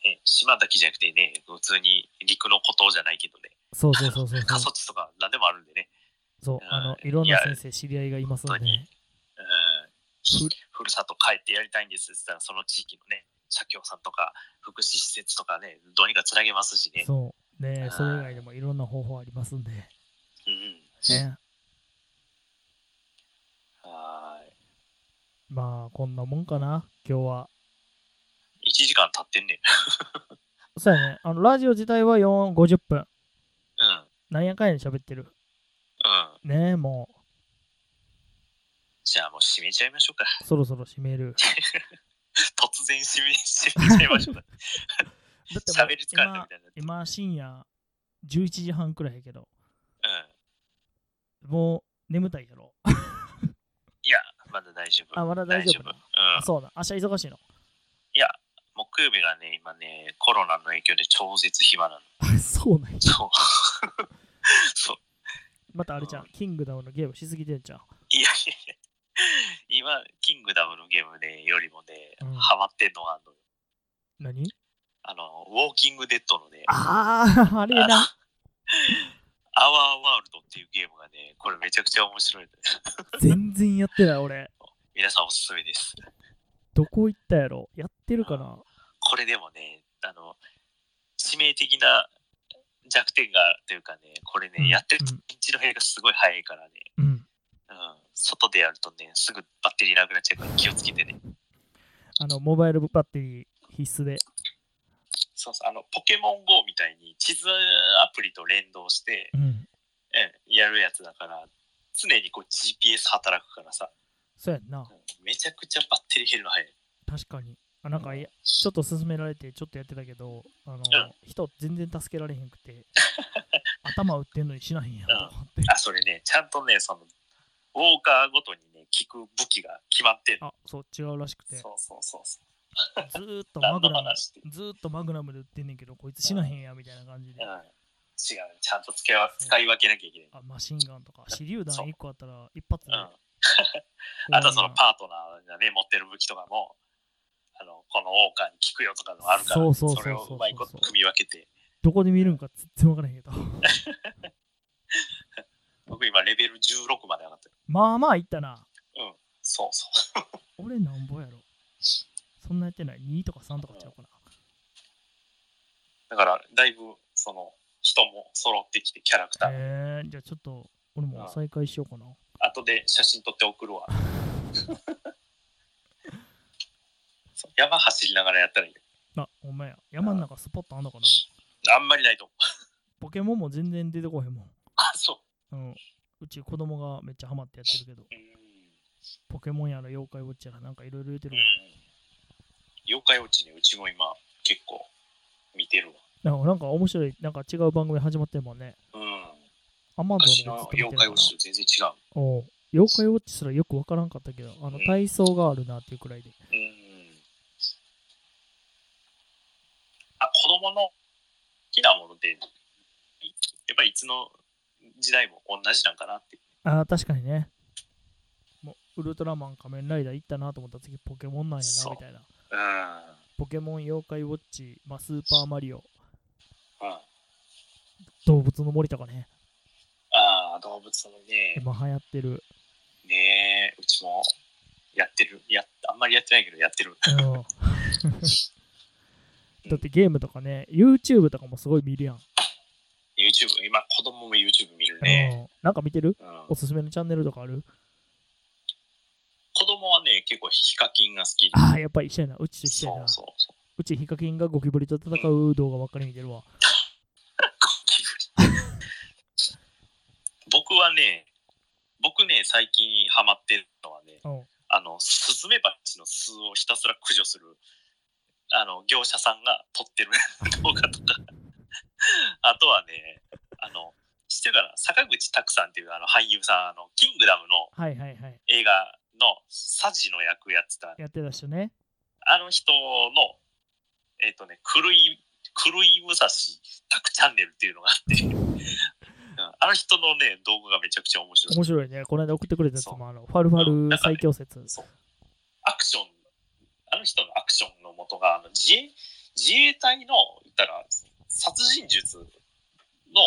Speaker 2: ね、島だけじゃなくてね、普通に陸の孤島じゃないけどね、
Speaker 1: そうそうそうそうそ
Speaker 2: 過
Speaker 1: う。
Speaker 2: 疎地とか何でもあるんでね、
Speaker 1: そう、
Speaker 2: うん
Speaker 1: あの、いろんな先生、知り合いがいますんで
Speaker 2: 本当に
Speaker 1: ね。
Speaker 2: うん、ふふるさと帰ってやりたいんですって言ったら、その地域のね、社協さんとか福祉施設とかね、どうにかつなげますしね。
Speaker 1: そう。ね
Speaker 2: う
Speaker 1: え
Speaker 2: ん
Speaker 1: それ以外でもいろんな方法ありますんで。ね
Speaker 2: うん、
Speaker 1: え
Speaker 2: はーい
Speaker 1: まあ、こんなもんかな、今日は。
Speaker 2: 1時間経ってんねん。
Speaker 1: そうやね。あの、ラジオ自体は4、50分。
Speaker 2: うん。うん。
Speaker 1: なんやかんやで喋ってる。ねえ、も
Speaker 2: じゃあもう締めちゃいましょうか。
Speaker 1: う、そろそろ締める。
Speaker 2: 突然締め締めちゃいま しょうか。
Speaker 1: だってもう
Speaker 2: 喋り疲れたみたいになって。
Speaker 1: 今、今深夜11時半くらいやけど、
Speaker 2: うん。
Speaker 1: もう眠たいやろ。
Speaker 2: いや、まだ大丈夫。
Speaker 1: あ、まだ大丈夫な。
Speaker 2: うん
Speaker 1: あ、。そうな。明日忙しいの。
Speaker 2: いや、木曜日がね、今ね、コロナの影響で超絶暇なの。
Speaker 1: そうなんや。
Speaker 2: そう。 そう。
Speaker 1: またあれじゃん、キングダムのゲームしすぎてんじゃん。
Speaker 2: いやいやいや。今、キングダムのゲームね、よりもね、
Speaker 1: うん
Speaker 2: ハマってんのは
Speaker 1: 何
Speaker 2: あの、あの、ウォーキングデッドのね、
Speaker 1: ああ、あれやな。
Speaker 2: アワーワールドっていうゲームがね、これめちゃくちゃ面白いので、
Speaker 1: 全然やってない、俺。
Speaker 2: 皆さんおすすめです。
Speaker 1: どこ行ったやろやってるかな
Speaker 2: これでもね、あの、致命的な弱点がというかね、これね、
Speaker 1: うん
Speaker 2: やってる
Speaker 1: うん
Speaker 2: ピッチの減りがすごい早いからね、
Speaker 1: うん。
Speaker 2: うん、外でやるとね、すぐバッテリーなくなっちゃうから気をつけてね。
Speaker 1: あの、モバイルバッテリー必須で。
Speaker 2: そうそうあのポケモン GO みたいに地図アプリと連動して、
Speaker 1: うん。
Speaker 2: うんやるやつだから常にこう GPS 働くからさ、
Speaker 1: そうやんな
Speaker 2: う。んめちゃくちゃバッテリー減るの早い。
Speaker 1: 確かに。あなんかいやちょっと勧められてちょっとやってたけど、あの、
Speaker 2: ん
Speaker 1: 人全然助けられへんく て、頭打ってんのにしなへんやんと思って。
Speaker 2: あそれねちゃんとねそのウォーカーごとにね効く武器が決まってる
Speaker 1: あ、そう、違うらしくて、ず
Speaker 2: そうそうそうそう。
Speaker 1: ーっとマ
Speaker 2: 何
Speaker 1: グ
Speaker 2: の
Speaker 1: ナム、
Speaker 2: 話って、うん、違う
Speaker 1: ずーっとマグナムで打ってんねんけど、こいつ死なへんやみたいな感じで。
Speaker 2: ちゃんと使いわ使い分けなきゃいけない。
Speaker 1: あマシンガンとか、手榴弾1個あったら一発で。
Speaker 2: うんあとはそのパートナーがね持ってる武器とかもあのこのウォーカーに効くよとかのあるから、ね、
Speaker 1: そうそうそうそう
Speaker 2: それをうまいこと組み分けて
Speaker 1: どこで見るんか全然わからへんけど。
Speaker 2: 僕今レベル16まで上がってる
Speaker 1: まあまあいったな。
Speaker 2: そうそう
Speaker 1: 俺なんぼやろ。そんなやってない。2とか3とかちゃうかな。
Speaker 2: だからだいぶその人も揃ってきてキャラクター、
Speaker 1: えー、じゃあちょっと俺も再開しようかな。
Speaker 2: 後で写真撮って送るわ そう山走りながらやったらいいよ
Speaker 1: あ、お前や。山の中スポットあんのかな
Speaker 2: あんまりないと思う
Speaker 1: ポケモンも全然出てこへんもん。
Speaker 2: あそ
Speaker 1: うん、うち子供がめっちゃハマってやってるけど、
Speaker 2: ううん
Speaker 1: ポケモンやら妖怪ウォッチやらなんかいろいろ言うて
Speaker 2: う
Speaker 1: る
Speaker 2: ん
Speaker 1: わ。
Speaker 2: 妖怪ウォッチねうちも今結構見てるわ
Speaker 1: なんかなんか面白い、なんか違う番組始まってるもんね。
Speaker 2: うん
Speaker 1: アマゾ
Speaker 2: 昔
Speaker 1: ンのやつ
Speaker 2: の
Speaker 1: と見てる
Speaker 2: 妖
Speaker 1: か
Speaker 2: 怪ウ
Speaker 1: ら
Speaker 2: ォッチと全然違う
Speaker 1: おう妖怪ウォッチすらよくわからんかったけど、あの
Speaker 2: うん
Speaker 1: 体操があるなっていうくらいで。
Speaker 2: うんあ子供の好きなものってやっぱりいつの時代も同じなんかなって
Speaker 1: ああ、確かにね。もうウルトラマン、仮面ライダー行ったなと思ったら次ポケモンなんや
Speaker 2: そ
Speaker 1: な
Speaker 2: う
Speaker 1: みたいな。
Speaker 2: うん、
Speaker 1: ポケモン、妖怪ウォッチ、まあ、スーパーマリオ、
Speaker 2: うん、あ
Speaker 1: 動物の森とかね、
Speaker 2: あ動物のね
Speaker 1: 今流行ってる。
Speaker 2: ねえうちもやってるやあんまりやってないけどやってる
Speaker 1: うんだってゲームとかね、YouTube とかもすごい見るやん。
Speaker 2: YouTube 今子供も YouTube 見るね、
Speaker 1: うんなんか見てる
Speaker 2: うん、
Speaker 1: おすすめのチャンネルとかある
Speaker 2: 子供はね結構ヒカキンが好きで
Speaker 1: ああ、やっぱり一緒やな。うちと一緒
Speaker 2: そ
Speaker 1: やな
Speaker 2: う。そうそう
Speaker 1: うちヒカキンがゴキブリと戦う動画ばっかり見てるわ。
Speaker 2: ゴキブリ僕はね、僕ね、最近ハマってるのはね、
Speaker 1: うん
Speaker 2: あの、スズメバチの巣をひたすら駆除する、あの、業者さんが撮ってる 動画とか、あとはね、あの、知ってるかな坂口拓さんっていうあの俳優さん、あの、キングダムの
Speaker 1: はいはいはい。
Speaker 2: 映画のサジの役やってた、
Speaker 1: やってた人ね。
Speaker 2: あの人の、えっ、とね、狂い、狂い武蔵タクチャンネルっていうのがあ って、うんあの人のね、動画がめちゃくちゃ面白い。
Speaker 1: 面白いね。この間送ってくれたやつもあの、ファルファル最強説。
Speaker 2: そう。アクション、あの人のアクションの元が、あの自衛、自衛隊の、言ったら、殺人術の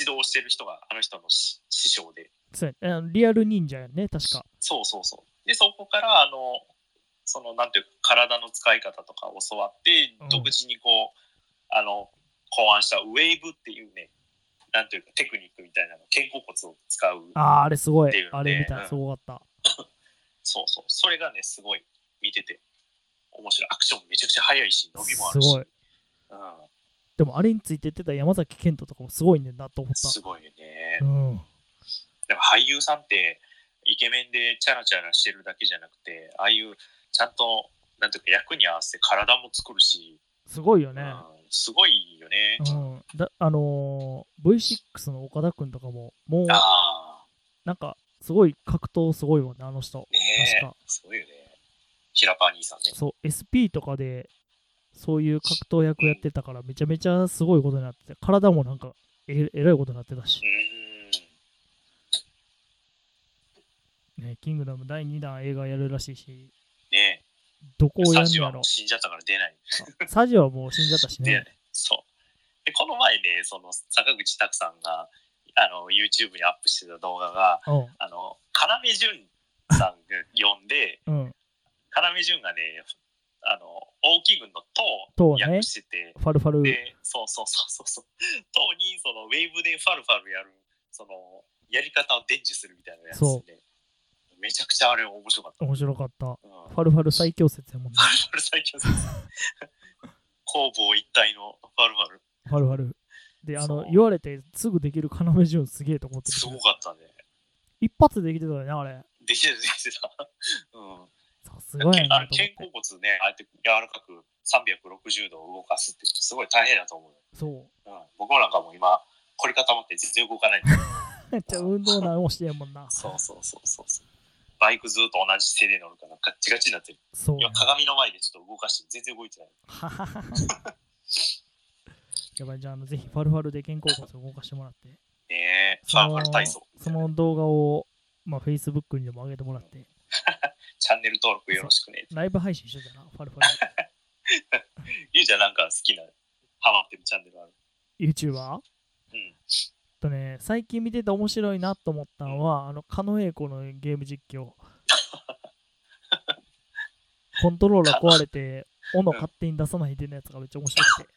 Speaker 2: 指導をしてる人が、あの人の師師匠で、
Speaker 1: そうやあのリアル忍者やね、確か。
Speaker 2: そうそうそう。で、そこから、あの、その、なんていうか、体の使い方とか教わって
Speaker 1: うん、
Speaker 2: 独自にこう、あの、考案したウェーブっていうね、なんていうか、テクニックみたいなの、肩甲骨を使う。
Speaker 1: ああ、あれすごい
Speaker 2: っていう。ね
Speaker 1: あれ見た
Speaker 2: う
Speaker 1: ら
Speaker 2: ん
Speaker 1: すごかった。
Speaker 2: そうそう。それがね、すごい見てて面白い。アクションめちゃくちゃ速いし、伸びもあ
Speaker 1: す
Speaker 2: るし。
Speaker 1: ごい。
Speaker 2: うん、
Speaker 1: でもあれについて言ってた山崎賢人とかもすごいねんなと思っ
Speaker 2: すごいよね
Speaker 1: た。う。ん。
Speaker 2: だから俳優さんってイケメンでチャラチャラしてるだけじゃなくてああいうちゃんとなんていうか役に合わせて体も作るし、
Speaker 1: すごいよ
Speaker 2: う
Speaker 1: ね
Speaker 2: ん。、すごいよね、
Speaker 1: うん。だあのー V6 の岡田君とかも、もう
Speaker 2: ああ
Speaker 1: なんかすごい格闘すごいわね、あの人。
Speaker 2: ねえ
Speaker 1: 確か
Speaker 2: すごいよね平パー兄さんね
Speaker 1: そう、SP とかでそういう格闘役やってたから、めちゃめちゃすごいことになってて、体もなんかええらいことになってたし
Speaker 2: う、ん
Speaker 1: ね、キングダム第2弾映画やるらしいし、
Speaker 2: ね
Speaker 1: どこ
Speaker 2: え
Speaker 1: をや
Speaker 2: サ
Speaker 1: ん
Speaker 2: ジ
Speaker 1: のや
Speaker 2: は
Speaker 1: ろ
Speaker 2: もう。死んじゃったから出ない、
Speaker 1: あ サジはもう死んじゃったし
Speaker 2: 出な
Speaker 1: ね。
Speaker 2: いそうでこの前ねその坂口拓さんがあの YouTube にアップしてた動画が
Speaker 1: う
Speaker 2: あの要潤さんが呼んで
Speaker 1: ん。うん。
Speaker 2: 要潤がねあの大木軍の
Speaker 1: 党
Speaker 2: 党
Speaker 1: ね
Speaker 2: 役してて、
Speaker 1: ファルファル。
Speaker 2: でそうそうそうそうそう党にそのウェーブでファルファルやるそのやり方を伝授するみたいなやつ
Speaker 1: そ
Speaker 2: でめちゃくちゃあれ面白かった、うん、
Speaker 1: 面白かった。
Speaker 2: フ
Speaker 1: ファルファル最強説やもんね。
Speaker 2: ァルファル最強です工房一体のファルファル
Speaker 1: ファルファル。で、あ
Speaker 2: そ
Speaker 1: の
Speaker 2: う、
Speaker 1: 言われてすぐできる要潤すげえと思って
Speaker 2: す
Speaker 1: たけ
Speaker 2: ご
Speaker 1: ど
Speaker 2: かったね
Speaker 1: 一発でできてたよね、あれ。
Speaker 2: できてたできてた、うん
Speaker 1: さすがや
Speaker 2: あ
Speaker 1: な
Speaker 2: の
Speaker 1: と思
Speaker 2: 肩
Speaker 1: って。
Speaker 2: 甲骨ねあえて柔らかく360度動かすってすごい大変だと思う
Speaker 1: そ
Speaker 2: うん、僕もなんかもう今凝り固まって全然動かないんで
Speaker 1: う。 めっちゃ運動なんもしてんもんな。
Speaker 2: そうそうそうそうそうバイクずっと同じ手で乗るからガッチガチになってる
Speaker 1: そうや
Speaker 2: 今
Speaker 1: な。
Speaker 2: 鏡の前でちょっと動かして全然動いてない
Speaker 1: はははは やばい、じゃああの、ぜひファルファルで肩甲骨を動かしてもらって。
Speaker 2: ねえフ
Speaker 1: そ
Speaker 2: ァン
Speaker 1: の
Speaker 2: ファル体操
Speaker 1: その動画を、まあ、Facebook にでも上げてもらって。
Speaker 2: チャンネル登録よろしくね
Speaker 1: ライブ配信してたな、ファルファ
Speaker 2: ゆうちゃんなんか好きなハマってるチャンネルある
Speaker 1: ル。YouTuber?
Speaker 2: うん
Speaker 1: とね、最近見てて面白いなと思ったのは、あの、狩野英孝のゲーム実況。 コントローラー壊れて、斧勝手に出さないでのやつがめっちゃ面白くて、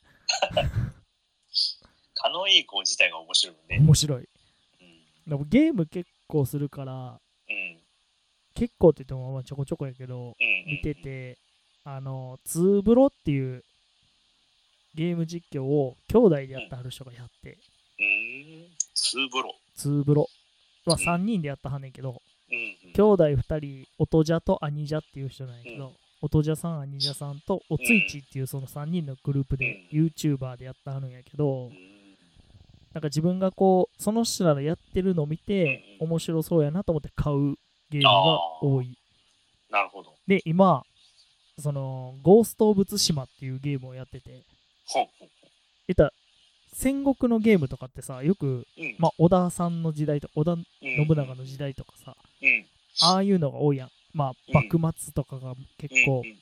Speaker 2: 狩野英孝自体が面白いもんね
Speaker 1: 面白い。
Speaker 2: うん
Speaker 1: でもゲーム結構するから、
Speaker 2: うん
Speaker 1: 結構って言ってもまあちょこちょこやけど、
Speaker 2: うんうん
Speaker 1: 見てて、あの、ツーブロっていうゲーム実況を兄弟でやったはる人がやって、
Speaker 2: うんツーブロ
Speaker 1: ツーブロは
Speaker 2: うん
Speaker 1: 3人でやったはんねんけど、
Speaker 2: うんうん
Speaker 1: 兄弟2人、音じゃと兄じゃっていう人なんやけ
Speaker 2: う
Speaker 1: ど、音じゃさん、兄じゃさんとおついちっていうその3人のグループで
Speaker 2: う
Speaker 1: YouTuber でやったはるんやけど
Speaker 2: う、ん
Speaker 1: なんか自分がこう、その人らのやってるのを見て、
Speaker 2: うん
Speaker 1: 面白そうやなと思って買うゲームが多い。
Speaker 2: なるほど
Speaker 1: で、今、その、ゴースト・オブ・ツシマっていうゲームをやってて、
Speaker 2: ほんほん
Speaker 1: えた、戦国のゲームとかってさ、よく、
Speaker 2: うん
Speaker 1: まあ、織田さんの時代と織田
Speaker 2: 信
Speaker 1: 信長の時代とかさ、
Speaker 2: うん
Speaker 1: ああいうのが多いやん。まあ、
Speaker 2: うん
Speaker 1: 幕末とかが結
Speaker 2: うん
Speaker 1: 構
Speaker 2: うん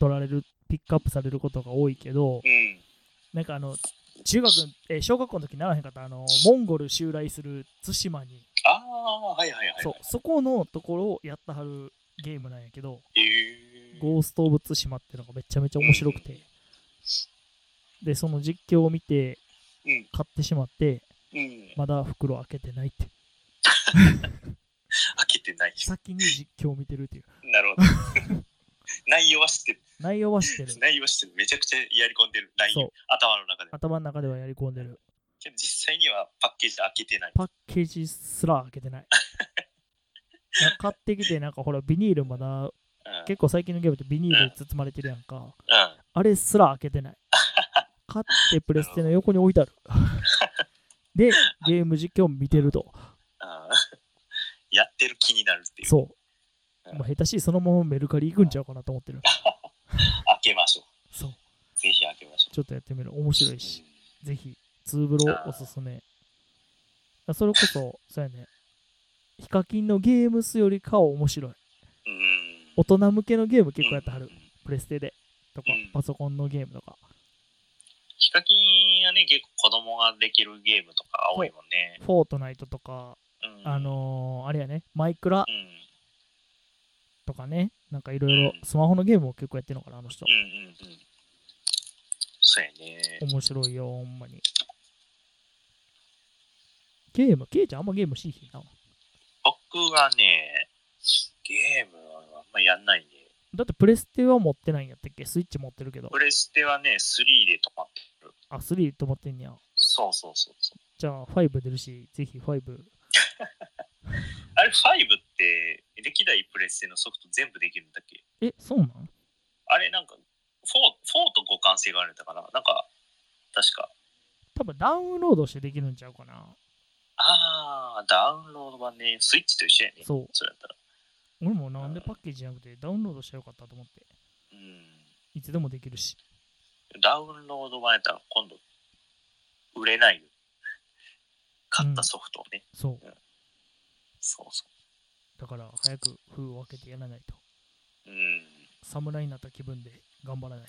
Speaker 1: 取られる、ピックアップされることが多いけど、
Speaker 2: うん
Speaker 1: なんかあの、中学、えー小学校の時ならへんかった、あの、モンゴル襲来する対馬に、
Speaker 2: ああーはいはいはいはい
Speaker 1: そう、そこのところをやったはるゲームなんやけど、
Speaker 2: えー
Speaker 1: ゴースト・オブ・ツシマっていうのがめちゃめちゃ面白くて、で、その実況を見て、
Speaker 2: うん
Speaker 1: 買ってしまって、
Speaker 2: うん
Speaker 1: まだ袋開けてないっていう、
Speaker 2: 開けてない。
Speaker 1: 先に実況を見てるっていう、
Speaker 2: なるほど。内容は知ってる。
Speaker 1: 内容は知 ってる、
Speaker 2: 内容は知ってる。めちゃくちゃやり込んでる。内
Speaker 1: そう
Speaker 2: 容。頭の中で。
Speaker 1: 頭の中ではやり込んでる、
Speaker 2: けど実際にはパッケージ開けてない。
Speaker 1: パッケージすら開けて ない。な買ってきて、なんかほら、ビニールまだ、
Speaker 2: うん。うん
Speaker 1: 結構最近のゲームってビニールに包まれてるやんか、
Speaker 2: あ
Speaker 1: あれすら開けて ない。買ってプレステの横に置いてある。で、ゲーム実況を見てると。
Speaker 2: ー やってる気になるっていう。
Speaker 1: そう。
Speaker 2: うん
Speaker 1: まあ、下手しいそのままメルカリ行くんちゃうかなと思ってる。
Speaker 2: 開けましょ
Speaker 1: そう。
Speaker 2: う。ぜひ開けましょ。
Speaker 1: ちょっとやってみる。面白いうし、ぜひ、ツーブロおすすめ。あそれこそ、そうやね。ヒカキンのゲームスよりかは面白い。
Speaker 2: うん。
Speaker 1: 大人向けのゲーム結構やっては
Speaker 2: う
Speaker 1: る
Speaker 2: ん。。
Speaker 1: プレステで。とか
Speaker 2: うん、
Speaker 1: パソコンのゲームとか。
Speaker 2: ヒカキンはね、結構子供ができるゲームとか多いもんね。
Speaker 1: フォートナイトとか、
Speaker 2: うん
Speaker 1: あ、のー、あれやね、マイクラ
Speaker 2: うん。
Speaker 1: とかね、なんかいろいろ
Speaker 2: うん
Speaker 1: スマホのゲームを結構やってるのかな、あの人
Speaker 2: う。んうんうん。そうやね。
Speaker 1: 面白いよ、ほんまに。ゲーム、ケイちゃんあんまゲームしいひんな。
Speaker 2: 僕はね、ゲゲームはあんまやんないね。
Speaker 1: だってプレステは持ってないんやったっけスイッチ持ってるけど
Speaker 2: プ。レステはね、3で止まってる。
Speaker 1: あ、3と思ってんねや。
Speaker 2: そうそうそうそう。
Speaker 1: じゃあ、5出るし、ぜひ5。
Speaker 2: あれ、5って、歴代プレステのソフト全部できるんだっけ
Speaker 1: え、そうなん
Speaker 2: あれ、なんか4、4と互換性があるんだかななんか、確か。
Speaker 1: 多分ダウンロードしてできるんちゃうかな。
Speaker 2: あー、ダウンロード版ね、スイッチと一緒やね。
Speaker 1: そう
Speaker 2: それだったら。
Speaker 1: 俺もなんでパッケージじゃなくてダウンロードしたらよかったと思って。
Speaker 2: うん。
Speaker 1: いつでもできるし。
Speaker 2: ダウンロード版やったら今度、売れないよ。買ったソフトをね。
Speaker 1: そう。
Speaker 2: そうそ
Speaker 1: だから早く封を開けてやらないと。
Speaker 2: う。うん。
Speaker 1: 侍になった気分で頑張らない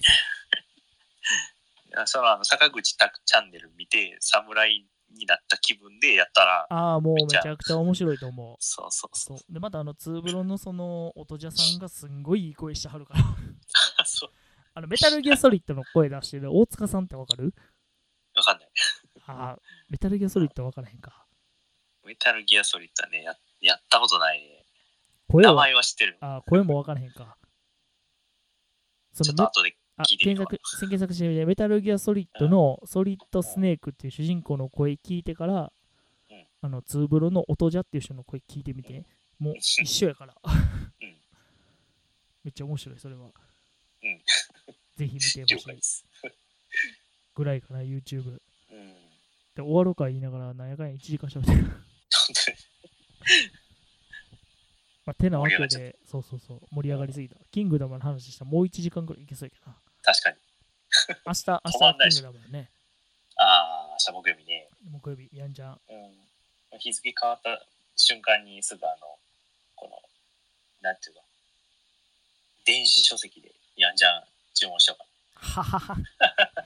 Speaker 2: あそのあの坂口拓チャンネル見て侍になった気分でやったら
Speaker 1: と。ああ、もうめ
Speaker 2: め
Speaker 1: ち
Speaker 2: ちゃ
Speaker 1: ゃくちゃ面白いと思う。
Speaker 2: そうそうそ
Speaker 1: そうう。で、またあの、ツーブロのその、音じゃさんがすんごいいい声してはるから。
Speaker 2: そう
Speaker 1: あの、メタルギアソリッドの声出してる大塚さんってわかる
Speaker 2: わかんない
Speaker 1: ああ、メタルギアソリッドわからへんか。
Speaker 2: メタルギアソリッドはねややったことないね
Speaker 1: 声
Speaker 2: 名
Speaker 1: は
Speaker 2: 前は知ってる
Speaker 1: ああ声もわからへんか。そ
Speaker 2: ちょっと
Speaker 1: の
Speaker 2: 後で
Speaker 1: あ
Speaker 2: 聞いてみ
Speaker 1: 検
Speaker 2: よう
Speaker 1: 索検索してみて、メタルギアソリッドのソリッドスネークっていう主人公の声聞いてから
Speaker 2: うん、
Speaker 1: あの、ツーブロの音じゃっていう人の声聞いてみて、もう一緒やから。めっちゃ面白い、それは。
Speaker 2: ん
Speaker 1: ぜひ見て
Speaker 2: 了
Speaker 1: ほし
Speaker 2: 解
Speaker 1: い
Speaker 2: です、
Speaker 1: ぐらいかな、YouTube。
Speaker 2: うん、 本
Speaker 1: で、終わろうか言いながら、なんやかんや1時間しゃべって る。
Speaker 2: 当に
Speaker 1: まあ、てなわけ
Speaker 2: 盛り上がっちゃ
Speaker 1: で、そうそうそう、盛り上がりすぎた。キングダムの話したらもう1時間ぐらいいけそうやけどな。
Speaker 2: 確かに
Speaker 1: 明日、明
Speaker 2: 止まんない
Speaker 1: 日、キ
Speaker 2: し
Speaker 1: ングダムだね。
Speaker 2: ああしゃぼくみね、
Speaker 1: 木曜日、やんじゃん。
Speaker 2: うん、日付変わった瞬間にすぐあのこのなんていうの電子書籍でやんじゃん注文しようか
Speaker 1: ははは。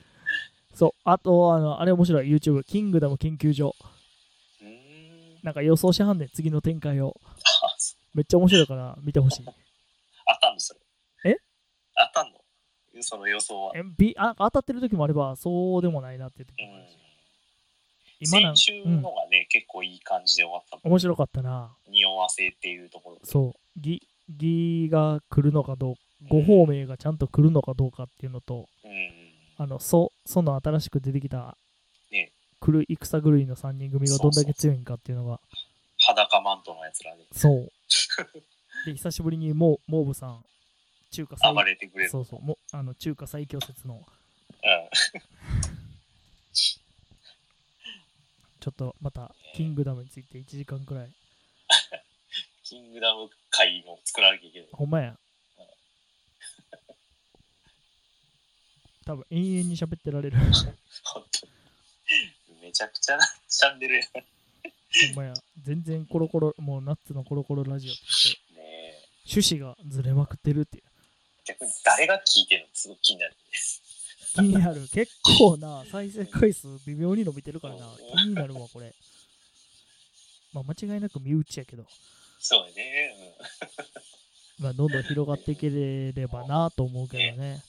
Speaker 1: そう、あと、あの、あれ面白い、YouTube、キングダム研究所。
Speaker 2: なうーん
Speaker 1: なんか予想しはんねん、次の展開を。
Speaker 2: あそう
Speaker 1: めっちゃ面白いから、見てほしい。
Speaker 2: あったのそれ。
Speaker 1: え
Speaker 2: あったのその予想は。
Speaker 1: えびあ当たってる時もあれば、そうでもないなって時
Speaker 2: う
Speaker 1: もあるし
Speaker 2: ん、
Speaker 1: 今なん
Speaker 2: 先週
Speaker 1: うん
Speaker 2: のがね、結構いい感じで終わったもん。
Speaker 1: 面白かったな。
Speaker 2: 匂わせっていうところで。う。
Speaker 1: そう、ぎ、ぎが来るのかどうか、ご方名がちゃんと来るのかどうかっていうのと、
Speaker 2: うん。
Speaker 1: あの、そ、その新しく出てきた、
Speaker 2: ね
Speaker 1: くる、戦狂いの3人組がどんだけ強いんかっていうのが、
Speaker 2: 裸マントのやつらで、
Speaker 1: そう。で、久しぶりにもう、モーブさん、中華最
Speaker 2: 暴れてくれる。
Speaker 1: そうそう、もあの中華最強説の、
Speaker 2: うん。
Speaker 1: ちょっとまた、キングダムについて1時間くらい、
Speaker 2: キングダム会も作らなきゃいけない。
Speaker 1: ほんまや。多分永遠に喋ってられる。ほ
Speaker 2: 本当にめちゃくちゃなチャンネルやね
Speaker 1: んまや。全然コロコロ、もうナッツのコロコロラジオって
Speaker 2: え
Speaker 1: 言って、趣旨がずれまくってるっていう。
Speaker 2: 逆に誰が聞いてるのすごく気になる。
Speaker 1: 気になる。結構な、再生回数微妙に伸びてるからな。気になるわ、これ。まあ、間違いなく身内やけど、
Speaker 2: そうね。うん
Speaker 1: まあ、どんどん広がっていければなと思うけどね。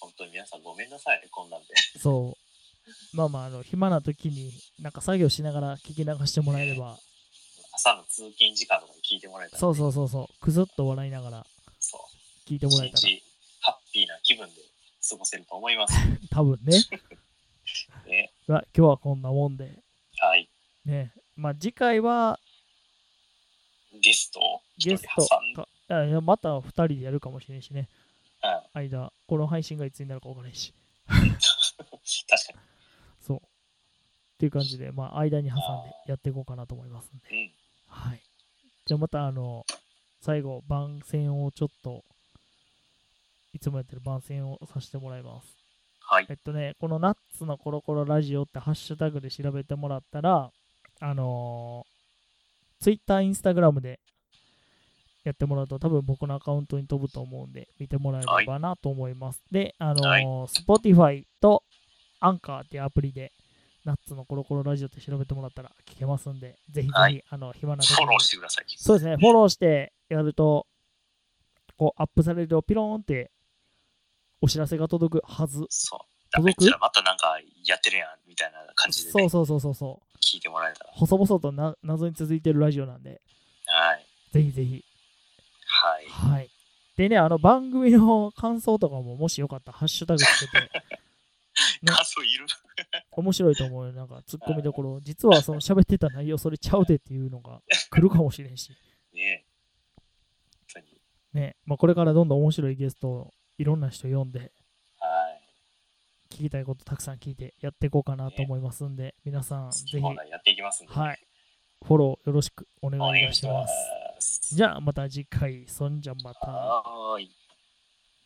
Speaker 2: 本当に皆さんごめんなさいね、こんなんで。
Speaker 1: そう。まあまあ、あの、暇な時に、なんか作業しながら聞き流してもらえれば、
Speaker 2: 朝の通勤時間とかに聞いてもらえたら、
Speaker 1: そうそうそうそう、くずっと笑いながら
Speaker 2: そう。
Speaker 1: 聞いてもらえた
Speaker 2: 一
Speaker 1: ら、
Speaker 2: 日ハッピーな気分で過ごせると思います。
Speaker 1: 多分ね。
Speaker 2: ね、
Speaker 1: まあ今日はこんなもんで、
Speaker 2: はい。
Speaker 1: ね。まあ次回は
Speaker 2: ゲストを一
Speaker 1: ゲ
Speaker 2: 人
Speaker 1: スト
Speaker 2: 挟んで、
Speaker 1: か、あいやまた2人でやるかもしれんしね。
Speaker 2: うん、
Speaker 1: 間、この配信がいつになるか分からんし。
Speaker 2: 確か
Speaker 1: そう。っていう感じで、まあ間に挟んでやっていこうかなと思いますんで。
Speaker 2: に。うん。
Speaker 1: はい。じゃあまたあの、最後、番宣をちょっと、いつもやってる番宣をさせてもらいます。
Speaker 2: はい
Speaker 1: え。っとね、このナッツのコロコロラジオってハッシュタグで調べてもらったら、あのー、Twitter、Instagram でやってもらうと多分僕のアカウントに飛ぶと思うんで、見てもらえればなと思います。で、あのー
Speaker 2: はい
Speaker 1: Spotify と Anchor っていうアプリで、ナッツのコロコロラジオって調べてもらったら聞けますんで、ぜひぜひ、
Speaker 2: はい
Speaker 1: あの暇な時
Speaker 2: フォ
Speaker 1: に
Speaker 2: ローしてください。
Speaker 1: そうですね、フォローしてやると、こうアップされるとピローンってお知らせが届くはず。
Speaker 2: そう。
Speaker 1: 届く
Speaker 2: だからまたなんかやってるやんみたいな感じで、
Speaker 1: そう
Speaker 2: ね、
Speaker 1: そうそうそうそう。
Speaker 2: 聞いてもらえた
Speaker 1: 細々とな謎に続いてるラジオなんで、
Speaker 2: ら。はい。
Speaker 1: ぜひぜひ
Speaker 2: はい。
Speaker 1: はい。でね、あの番組の感想とかももしよかったらハッシュタグつけ て、ね
Speaker 2: 感想いる
Speaker 1: 面白いと思うよ。なんかツッコミどころ、実はその喋ってた内容それちゃうでっていうのが来るかもしれんし、
Speaker 2: ね。本当に。
Speaker 1: ね、まあ、これからどんどん面白いゲストをいろんな人呼んで、
Speaker 2: はい。
Speaker 1: 聞きたいことたくさん聞いてやっていこうかなと思いますんで、皆さんぜひ、
Speaker 2: コーナーやっていきますんで。
Speaker 1: はい、フォローよろしくお願
Speaker 2: お
Speaker 1: いい
Speaker 2: 願
Speaker 1: た
Speaker 2: い
Speaker 1: し
Speaker 2: し
Speaker 1: ま。
Speaker 2: ますす。
Speaker 1: じゃあまた次回、そんじゃまた。
Speaker 2: はーい。